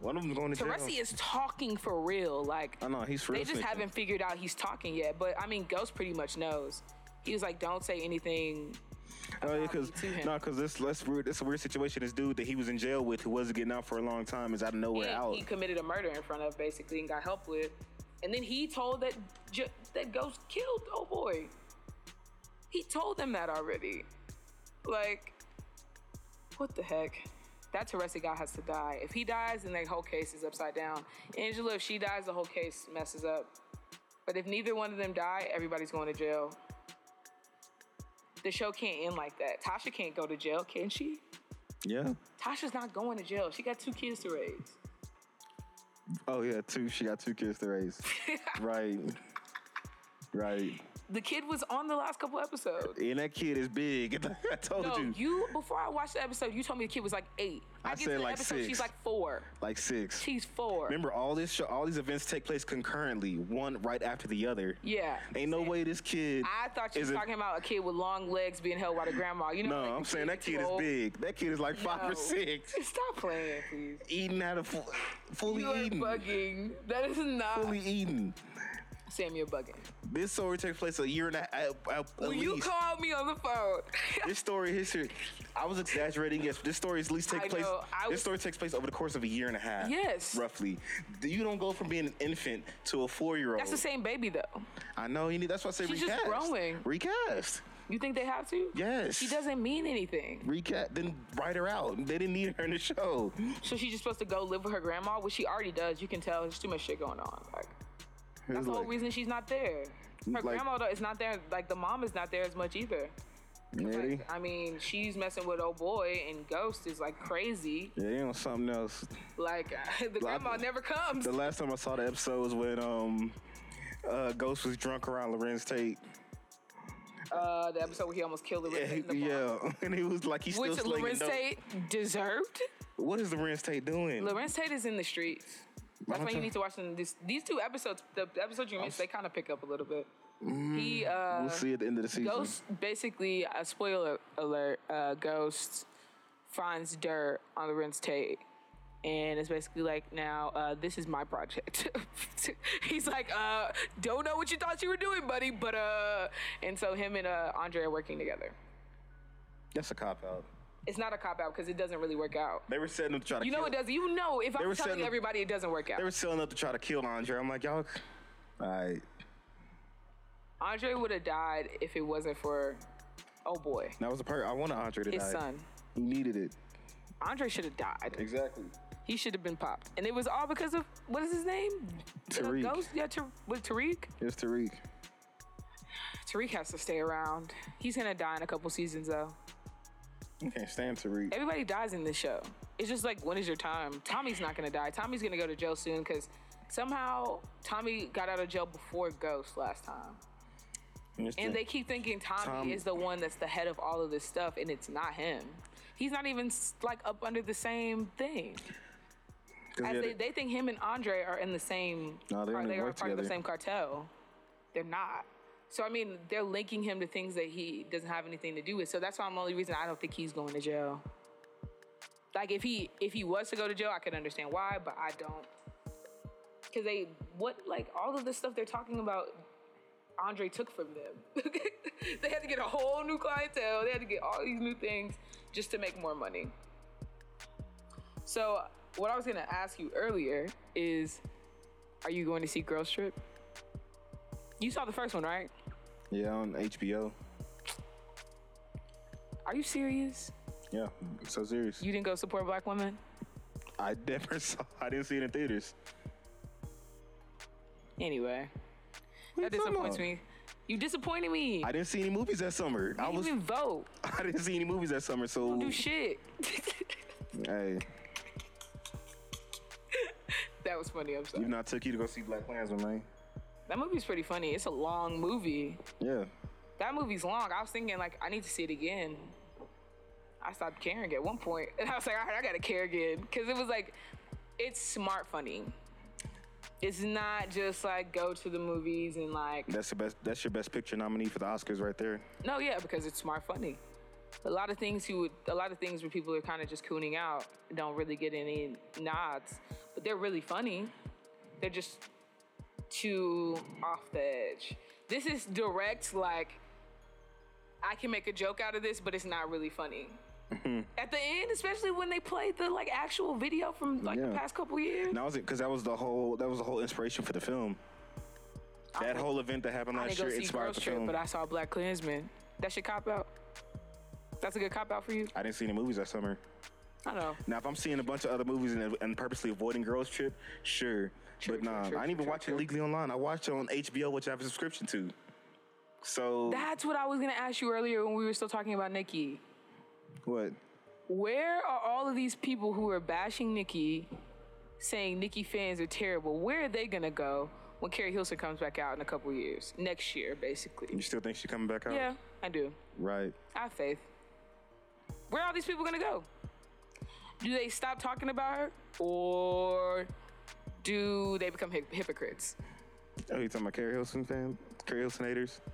C: One of them's going to jail.
A: Teresi is talking for real. Like
C: I know he's for
A: they
C: real
A: just
C: snitching.
A: haven't figured out he's talking yet. But I mean Ghost pretty much knows. He was like, Don't say anything.
C: Oh yeah, because
A: to him.
C: no, because this that's weird. It's a weird situation. This dude that he was in jail with, who wasn't getting out for a long time, is out of nowhere
A: And
C: out.
A: he committed a murder in front of basically and got help with. And then he told that J- that Ghost killed oh boy. He told them that already. Like, what the heck? That Teresi guy has to die. If he dies, then the whole case is upside down. Angela, if she dies, the whole case messes up. But if neither one of them die, everybody's going to jail. The show can't end like that. Tasha can't go to jail, can she?
C: yeah.
A: Tasha's not going to jail. She got two kids to raise.
C: Oh yeah, two. She got two kids to raise. right. Right.
A: The kid was on the last couple episodes.
C: And that kid is big. I told
A: No,
C: you.
A: you. before I watched the episode, you told me the kid was like eight.
C: I
A: get to
C: said
A: the
C: like
A: episode,
C: six.
A: She's like four.
C: Like six.
A: She's four.
C: Remember, all this show, all these events take place concurrently, one right after the other.
A: Yeah.
C: Ain't no way this kid.
A: I thought you
C: is
A: were
C: a-
A: talking about a kid with long legs being held by the grandma. You know.
C: No,
A: like,
C: I'm
A: the
C: saying that
A: too
C: kid is
A: old.
C: big. That kid is like five
A: No.
C: or six,
A: Stop playing, please.
C: eating out of fu- fully
A: You are
C: eating,
A: bugging. That is not
C: fully eating.
A: Sam. You're bugging.
C: This story takes place a year and a half. At,
A: Will you
C: least.
A: called me on the phone.
C: this story history. I was exaggerating. Yes, this story at least
A: I
C: takes place.
A: know, I
C: this
A: was-
C: story takes place over the course of a year and a half.
A: Yes.
C: roughly. You don't go from being an infant to a four-year-old.
A: That's the same baby though.
C: I know you need. That's why I say
A: She's
C: recast.
A: just growing.
C: Recast.
A: You think they have to?
C: Yes.
A: She doesn't mean anything.
C: Recast. Then write her out. They didn't need her in the show.
A: So she's just supposed to go live with her grandma, which she already does. You can tell there's too much shit going on. Like that's the whole reason she's not there. Her
C: Like-
A: grandma though, is not there. Like the mom is not there as much either.
C: Maybe.
A: Like, I mean, she's messing with old boy, and Ghost is like crazy.
C: Yeah, they on something else.
A: Like the grandma never comes.
C: The last time I saw the episode was when um, uh, Ghost was drunk around Lorenz Tate.
A: Uh, the episode where he almost killed the
C: Yeah,
A: yeah, in the
C: he-
A: yeah.
C: yeah. and he was like, he's still
A: Which
C: slinging
A: Lorenz
C: dope.
A: Tate deserved.
C: What is Lorenz Tate doing?
A: Lorenz Tate is in the streets. That's
C: I'm
A: why you
C: try-
A: need to watch them. This, these two episodes, the episodes you missed, they kind of pick up a little bit.
C: Mm.
A: he uh,
C: we'll see at the end of the season.
A: Ghost basically, uh, spoiler alert, uh, Ghost finds dirt on Lorenz Tate. And it's basically like, now, uh, this is my project. He's like, uh, don't know what you thought you were doing, buddy, but, uh, and so him and uh, Andre are working together.
C: That's a cop out.
A: It's not a cop out because it doesn't really work out.
C: They were setting up to try to
A: You
C: kill.
A: know, it does. You know, if I'm
C: were
A: telling
C: setting-
A: everybody, it doesn't work out.
C: They were setting up to try to kill Andre. I'm like, y'all. All right.
A: Andre would have died if it wasn't for, oh boy,
C: That was a part. I wanted Andre to
A: his
C: die.
A: son.
C: He needed it.
A: Andre should have died.
C: Exactly.
A: He should have been popped. And it was all because of what is his name? The
C: Tariq.
A: Ghost? Yeah, Tar- was it Tariq.
C: It's Tariq.
A: Tariq has to stay around. He's gonna die in a couple seasons though.
C: You can't stand Tariq.
A: Everybody dies in this show. It's just like when is your time? Tommy's not gonna die. Tommy's gonna go to jail soon because somehow Tommy got out of jail before Ghost last time. And they keep thinking Tommy
C: Tom-
A: is the one that's the head of all of this stuff, and it's not him. He's not even s- like up under the same thing. As they, they think him and Andre are in the same.
C: No, they
A: are,
C: don't
A: they
C: even
A: are
C: work
A: part of the
C: together.
A: same cartel. They're not. So I mean, they're linking him to things that he doesn't have anything to do with. So that's why I'm the only reason I don't think he's going to jail. Like if he if he was to go to jail, I could understand why, but I don't. Cause they what like all of this stuff they're talking about, Andre took from them. they had to get a whole new clientele. They had to get all these new things just to make more money. So what I was gonna ask you earlier is, are you going to see Girls Trip? You saw the first one, right?
C: yeah, on HBO.
A: Are you serious?
C: Yeah, so serious.
A: You didn't go support black women?
C: I never saw. I didn't see it in theaters.
A: Anyway,
C: What
A: that
C: you talking
A: disappoints
C: about?
A: me. You disappointed me.
C: I didn't see any movies that summer.
A: you
C: I was. Oh.
A: didn't even vote.
C: I didn't see any movies that summer. So
A: Do shit.
C: hey,
A: that was funny. I'm sorry.
C: even I took you to go see Black Klansman, man.
A: That movie's pretty funny. It's a long movie.
C: Yeah.
A: That movie's long. I was thinking like I need to see it again. I stopped caring at one point, and I was like, all right, I gotta care again, because it was like, it's smart funny. It's not just like go to the movies and like
C: That's the best. That's your best picture nominee for the Oscars right there.
A: No, yeah, because it's smart funny. A lot of things you would, a lot of things where people are kind of just cooning out don't really get any nods, but they're really funny. They're just too off the edge. This is direct, like I can make a joke out of this, but it's not really funny.
C: Mm-hmm.
A: At the end, especially when they played the like actual video from like the
C: Yeah.
A: past couple years,
C: And that was it, because that was the whole. That was the whole inspiration for the film. That whole event that happened
A: I
C: last
A: didn't go
C: year
A: see
C: inspired
A: Girls
C: the
A: Trip,
C: film.
A: but
C: I,
A: I saw Black Klansman. That should cop out. That's a good cop out for you.
C: didn't see any movies that summer.
A: I don't know.
C: Now, if I'm seeing a bunch of other movies and, and purposely avoiding Girls Trip, sure.
A: Sure,
C: but
A: sure,
C: nah,
A: sure,
C: I didn't even
A: sure,
C: watch
A: sure.
C: it legally online. I watched it on HBO, which I have a subscription to. So
A: That's what I was gonna ask you earlier when we were still talking about Nikki.
C: what?
A: Where are all of these people who are bashing Nikki, saying Nikki fans are terrible? Where are they gonna go when Carrie Hilson comes back out in a couple years? Next year,
C: You
A: basically.
C: still think she coming back out?
A: Yeah, I do.
C: Right.
A: I have faith. Where are all these people gonna go? Do they stop talking about her? Or do they become hyp- hypocrites?
C: Oh, you talking about Carrie Hilson fan? Carrie Hilson haters?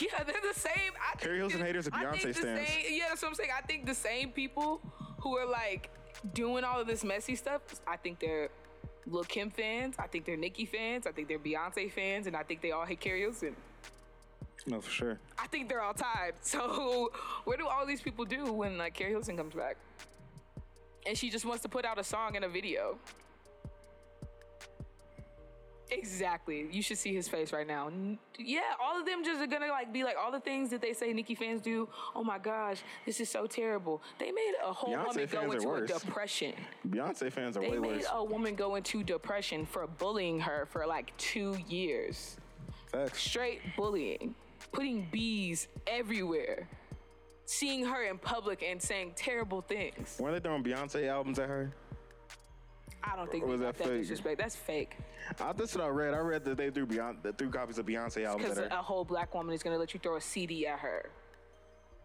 A: Yeah, they're the same. I think
C: Carrie Hilson
A: the-
C: haters are
A: I think
C: Beyonce
A: the
C: stans.
A: same- yeah, that's what I'm saying. I think the same people who are like doing all of this messy stuff, I think they're Lil Kim fans. I think they're Nicki fans. I think they're Beyonce fans, and I think they all hate Carrie Hilson.
C: No, for sure.
A: I think they're all tied. So what do all these people do when like Carrie Hilson comes back? And she just wants to put out a song and a video. Exactly. You should see his face right now. N- Yeah, all of them just are gonna like be like all the things that they say Nicki fans do. Oh my gosh, this is so terrible. They made a whole
C: Beyonce
A: woman go
C: fans are
A: into a
C: worse.
A: depression.
C: Beyonce fans are
A: They
C: way
A: made
C: worse.
A: a woman go into depression for bullying her for like two years.
C: Facts.
A: Straight bullying, putting bees everywhere, seeing her in public and saying terrible things.
C: Weren't they throwing Beyonce albums at her?
A: I don't think
C: Or was
A: they
C: that
A: got that
C: fake?
A: disrespect. That's fake.
C: I, that's what I read. I read that they threw Beyonce, they threw copies of Beyonce albums
A: Because
C: at her.
A: a whole black woman is gonna let you throw a CD at her.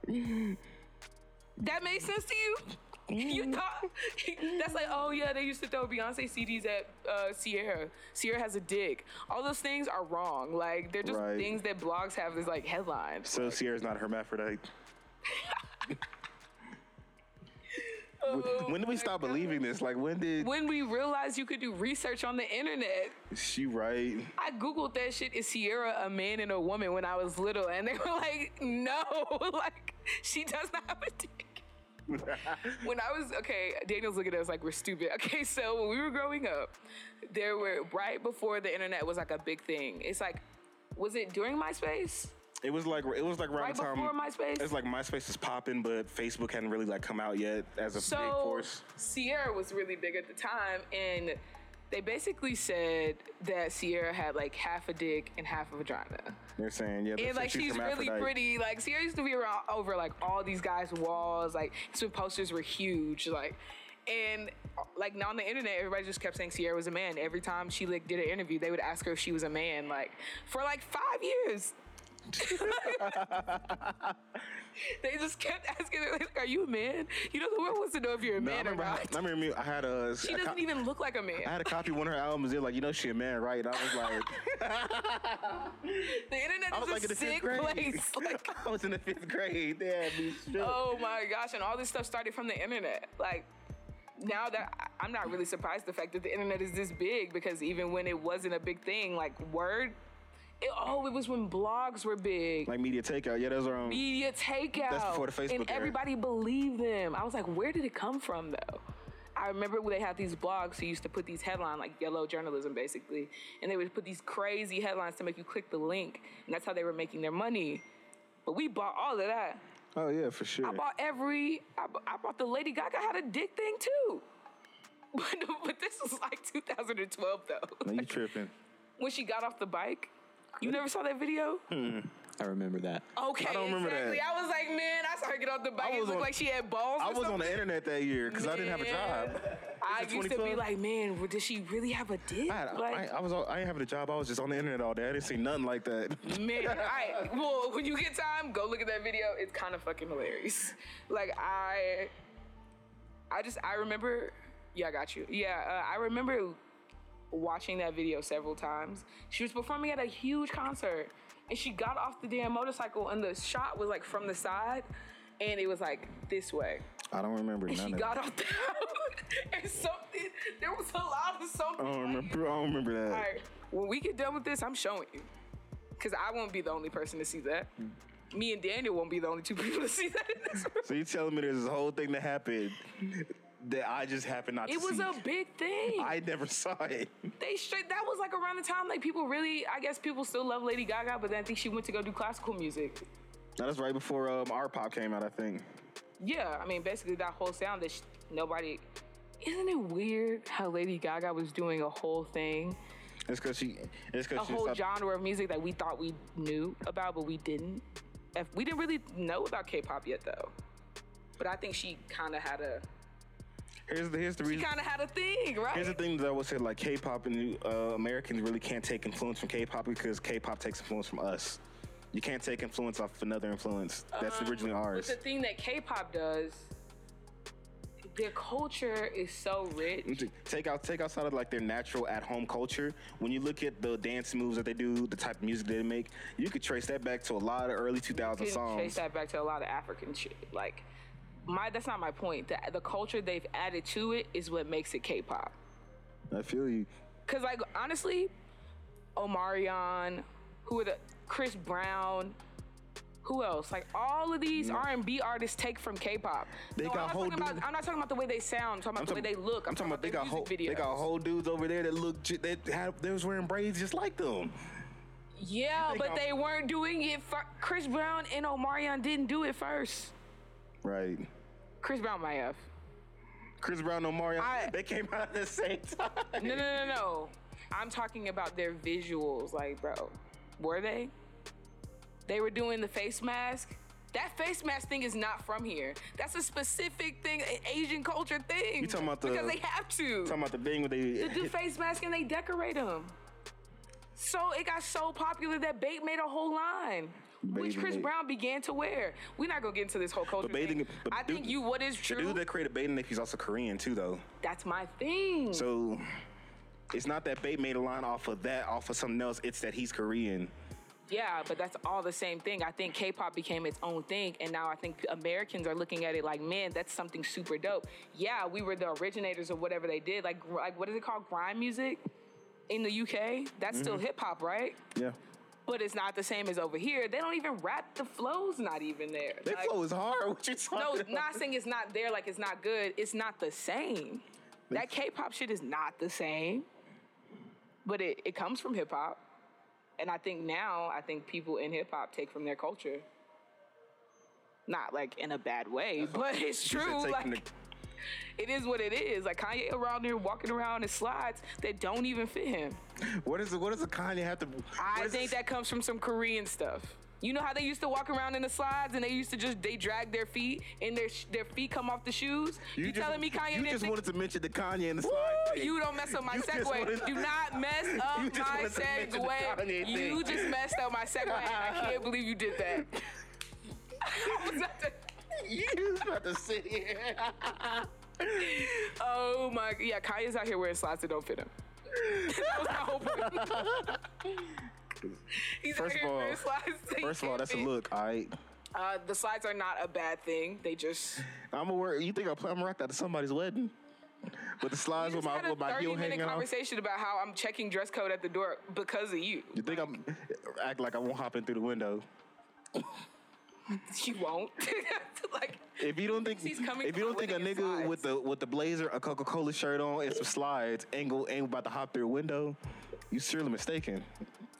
A: that made sense to you? You thought that's like, oh yeah, they used to throw Beyonce CDs at uh, Sierra. Sierra has a dick. All those things are wrong. Like they're just
C: Right.
A: things that blogs have as like headlines.
C: So Sierra's not a hermaphrodite.
A: Oh,
C: When did we stop believing this? Like, when did
A: when we realized you could do research on the internet,
C: she right?
A: I googled that shit. Is Sierra a man and a woman? When I was little, and they were like, no, like she does not have a dick. when I was okay, Daniel's looking at us like we're stupid. Okay, so when we were growing up, there were right before the internet was like a big thing. It's like, was it during MySpace?
C: It was like it was like around
A: Right
C: the time
A: before MySpace?
C: It's like MySpace is popping, but Facebook hadn't really like come out yet as a big
A: So
C: force.
A: Sierra was really big at the time, and they basically said that Sierra had like half a dick and half a vagina.
C: They're saying yeah,
A: And
C: that's
A: like she's really
C: hermaphrodite.
A: pretty. Like Sierra used to be around over like all these guys' walls. Like his posters were huge. Like and uh, like now on the internet, everybody just kept saying Sierra was a man. Every time she like did an interview, they would ask her if she was a man. Like for like five years. they just kept asking her, like, "Are you a man? You know the world wants to know if you're a
C: No, I
A: man or
C: remember. I,
A: not."
C: I remember me- I had a.
A: she
C: a
A: doesn't
C: co-
A: even look like a man.
C: I had a copy of one of her albums. They're like, you know, she a man, right? And I was like,
A: the internet
C: I
A: is
C: was
A: a
C: like in the fifth
A: sick
C: grade.
A: place. Like,
C: I was in the fifth grade. They had me shook.
A: Oh my gosh, and all this stuff started from the internet. Like now that I- I'm not really surprised the fact that the internet is this big because even when it wasn't a big thing, like Word, it, oh, it was when blogs were big.
C: Like media takeout. Yeah, those are um,
A: Media takeout.
C: before the Facebook
A: And
C: era.
A: everybody believed them. I was like, where did it come from though? I remember when they had these blogs who used to put these headlines, like yellow journalism basically, and they would put these crazy headlines to make you click the link, and that's how they were making their money. But we bought all of that.
C: Oh yeah, for sure.
A: I bought every. I, bu- I bought the Lady Gaga had a dick thing too. But, but this was like 2012 though.
C: Man, you tripping?
A: When she got off the bike, you never saw that video.
B: I remember that.
A: Okay,
C: Hmm. I don't remember that.
A: exactly. I was like, man, I saw her get off the bike.
C: I
A: It
C: was
A: looked
C: on-
A: like she had balls. or
C: I was on the
A: something.
C: internet that year because I didn't have a
A: Man.
C: job.
A: I
C: Is it
A: used to be
C: 2012?
A: like, man, well, did she really have a dick?
C: I, had,
A: like,
C: I, I was all- I didn't have a job. I was just on the internet all day. I didn't see nothing like that.
A: Man, all right. Well, when you get time, go look at that video. It's kind of fucking hilarious. Like I, I just I remember. Yeah, I got you. Yeah, uh, I remember watching that video several times. She was performing at a huge concert, and she got off the damn motorcycle, and the shot was like from the side, and it was like this way.
C: I don't remember
A: And
C: none
A: she
C: of
A: got
C: that.
A: off the road, and something. There was a lot of something.
C: I don't
A: like
C: remember. I don't remember that.
A: all right, when we get done with this, I'm showing you. Because I won't be the only person to see that.
C: Hmm.
A: Me and Daniel won't be the only two people to see that in this room.
C: So you telling me there's this whole thing that happened that I just happened not
A: It
C: to
A: was
C: see?
A: a big thing.
C: I never saw it.
A: they straight that was like around the time like people really I guess people still love Lady Gaga, but then I think she went to go do classical music.
C: That was right before um, our pop came out. I think.
A: Yeah, I mean basically that whole sound that sh- nobody. Isn't it weird how Lady Gaga was doing a whole thing,
C: It's because she. It's because
A: a
C: she
A: whole
C: stopped-
A: genre of music that we thought we knew about, but we didn't. If we didn't really know about K-pop yet though, but I think she kind of had a
C: Here's the here's the reason.
A: kind of had a thing, right?
C: Here's the thing that I would say, like K-pop and uh, Americans really can't take influence from K-pop because K-pop takes influence from us. You can't take influence off of another influence that's originally
A: But
C: ours.
A: the thing that K-pop does, their culture is so rich.
C: Take out, take outside of like their natural at-home culture. When you look at the dance moves that they do, the type of music they make, you could trace that back to a lot of early 2000
A: You can trace
C: songs.
A: that back to a lot of African shit. Like, my that's not my point. The, the culture they've added to it is what makes it K-pop.
C: I feel you.
A: Cause like honestly, Omarion, who are the Chris Brown, Who else? Like all of these R and B artists take from K-pop.
C: They
A: No,
C: got
A: I'm not
C: whole
A: talking about,
C: dude-
A: I'm not talking about the way they sound. I'm talking about the way they look.
C: I'm talking about they
A: their
C: got whole
A: music
C: they got
A: videos.
C: whole dudes over there that look ju- that had they was wearing braids just like them.
A: Yeah,
C: they
A: but
C: got-
A: they weren't doing it. For, Chris Brown and Omarion didn't do it first.
C: Right.
A: Chris Brown might have.
C: Chris Brown and Mario,
A: I-
C: they came out at the same time.
A: No, no, no, no. I'm talking about their visuals. Like, bro, were they? They were doing the face mask. That face mask thing is not from here. That's a specific thing, an Asian culture thing.
C: You talking about the-
A: because they have to.
C: Talking about the thing where they
A: They do face mask and they decorate them. So it got so popular that Bait made a whole line. Which
C: Baby
A: Chris
C: made-
A: Brown began to wear. We're not gonna get into this whole culture
C: bathing-
A: thing.
C: but
A: I
C: dude-
A: think you what is
C: the
A: true.
C: dude that created Bait Nick, he's also Korean too though.
A: that's my thing.
C: So it's not that Bait made a line off of that, off of something else. It's that he's Korean.
A: Yeah, but that's all the same thing. I think K-pop became its own thing, and now I think Americans are looking at it like, man, that's something super dope. Yeah, we were the originators of whatever they did. Like, gr- like what is it called, grime music in the UK? That's still hip hop, right?
C: Yeah.
A: But it's not the same as over here. They don't even rap. The flow's not even there.
C: That
A: Like,
C: flow is hard. What you
A: No,
C: talking about?
A: not saying it's not there. Like it's not good. It's not the same. That K-pop shit is not the same. But it, it comes from hip hop, and I think now I think people in hip hop take from their culture. Not like in a bad way, but it's
C: She said
A: true.
C: taking
A: Like it is what it is. Like Kanye around here walking around in slides that don't even fit him.
C: the- what is it? What does a Kanye have to? what
A: I
C: is
A: think
C: this-
A: that comes from some Korean stuff. You know how they used to walk around in the slides and they used to just they drag their feet and their sh- their feet come off the shoes. You,
C: just-
A: telling me Kanye
C: You
A: didn't
C: just
A: think-
C: wanted to mention the Kanye and the slide. thing.
A: you don't mess up my
C: You just wanted-
A: segue. Do not mess up
C: You just
A: my
C: wanted to mention the
A: segue.
C: Kanye
A: You
C: thing.
A: just messed up my segue. And I can't believe you did that. I was about to-
C: You about to sit here.
A: oh my yeah, Kanye's out here wearing slides that don't fit him. that was my whole point. He's
C: First
A: out
C: of
A: here wearing
C: all-
A: slides. that he
C: First of all,
A: can't
C: that's a
A: fit.
C: look. All right.
A: Uh, the slides are not a bad thing. They just
C: I'm gonna wear. You think I'm gonna rock that to somebody's wedding? With the slides
A: We
C: with
A: just
C: my
A: had a
C: with my
A: 30
C: heel
A: minute
C: hanging off.
A: conversation about how I'm checking dress code at the door because of you.
C: You think I'm act like I won't hop in through the window?
A: You won't. like,
C: If you don't think
A: He's coming
C: if you don't
A: from
C: think a
A: within
C: nigga
A: his slides.
C: with the with the blazer, a Coca Cola shirt on, and some slides ain't go ain't about to hop through a window, you surely mistaken,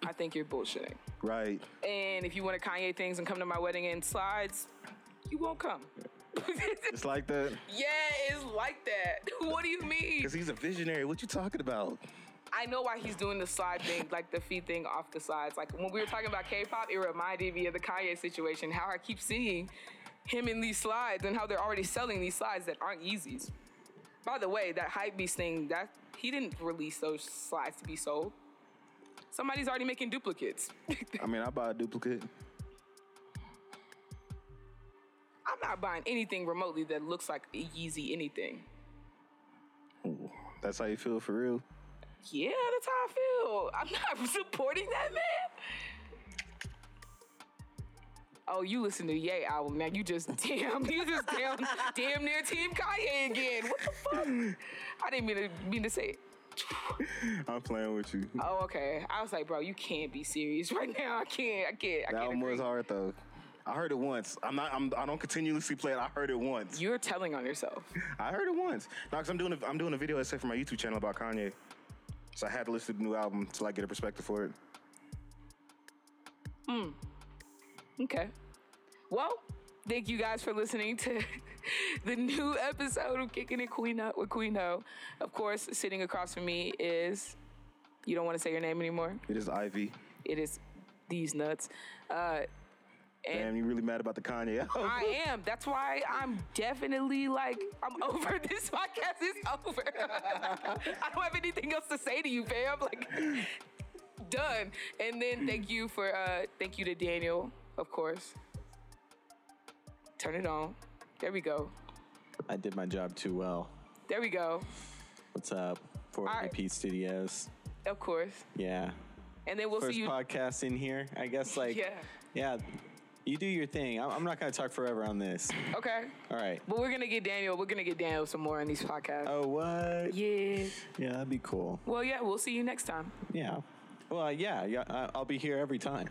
A: I think you're bullshitting.
C: right?
A: And if you want to Kanye things and come to my wedding in slides, you won't come.
C: It's like that
A: yeah, it's like that. What do you mean?
C: because he's a visionary. What you talking about?
A: I know why he's doing the slide thing, like the feet thing off the sides. Like when we were talking about K-pop, it reminded me of the Kanye situation. How I keep seeing him in these slides and how they're already selling these slides that aren't Yeezys. By the way, that hypebeast thing, that he didn't release those slides to be sold. Somebody's already making duplicates.
C: I mean, I buy a duplicate.
A: I'm not buying anything remotely that looks like a Yeezy anything.
C: Ooh, That's how you feel for real.
A: Yeah, that's how I feel. I'm not supporting that man. Oh, you listen to Ye album now. You just damn, you just damn, damn near Team Kanye again. What the fuck? I didn't mean to mean to say it.
C: I'm playing with you.
A: Oh, okay. I was like, bro, you can't be serious right now. I can't. I can't. I
C: That
A: can't.
C: one was
A: agree.
C: hard though. I heard it once. I'm not. I'm, I don't continuously play it. I heard it once.
A: You're telling on yourself.
C: I heard it once. No, cause I'm doing. A, I'm doing a video essay for my YouTube channel about Kanye. So I had to listen to the new album to like get a perspective for it.
A: Okay. Well, thank you guys for listening to the new episode of Kicking It Queen Up with Queen Ho. Of course, sitting across from me is you don't want to say your name anymore.
C: It is Ivy.
A: It is these nuts. Uh,
C: Damn,
A: and
C: you really mad about the Kanye? album.
A: I am. That's why I'm definitely like I'm over this podcast. It's over. I don't have anything else to say to you, fam. Like done. And then thank you for uh thank you to Daniel, of course. Turn it on. There we go.
B: I did my job too well.
A: There we go.
B: What's up? For
A: All right.
B: Repeat Studios.
A: Of course.
B: Yeah.
A: And then we'll
B: First
A: see you.
B: podcast in here. I guess like
A: Yeah.
B: yeah, you do your thing. I'm, I'm not gonna talk forever on this.
A: Okay.
B: All right.
A: But we're gonna get Daniel. We're gonna get Daniel some more in these podcasts.
B: Oh what?
A: Yeah.
B: Yeah, that'd be cool.
A: Well, yeah. We'll see you next time.
B: Yeah. Well, yeah, yeah, I- I'll be here every time.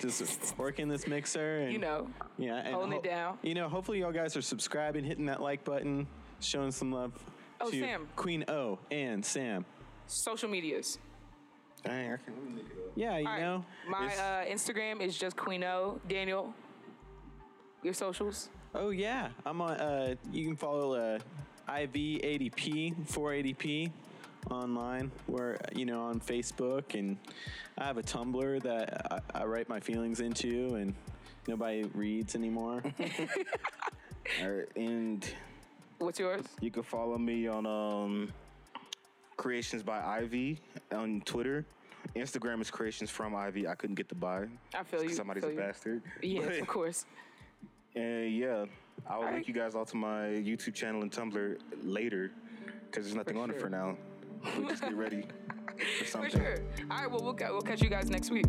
B: Just working this mixer and
A: You know,
B: yeah, and
A: holding it
B: ho-
A: down.
B: You know, hopefully y'all guys are subscribing, hitting that like button, showing some love
A: Oh,
B: to
A: Sam.
B: Queen O and Sam.
A: social medias.
C: Dang, I can't really
B: Yeah, you
A: All right.
B: know,
A: My
B: it's-
A: uh, Instagram is just Queen O. Daniel, your socials.
B: Oh yeah, I'm on. Uh, you can follow uh, IV80P 480P online. Where you know on Facebook, and I have a Tumblr that I, I write my feelings into, and nobody reads anymore.
C: All right, and
A: What's yours?
C: you can follow me on um, Creations by Ivy on Twitter. Instagram is Creations from Ivy. I couldn't get the buy.
A: I feel you,
C: Somebody's
A: feel
C: a
A: you.
C: bastard.
A: Yes,
C: But-
A: of course.
C: And yeah, I'll link
A: right.
C: you guys all to my YouTube channel and Tumblr later because there's nothing on it
A: sure.
C: for now. We just get ready for
A: For
C: something.
A: sure. All right, well, we'll, ca- we'll catch you guys next week.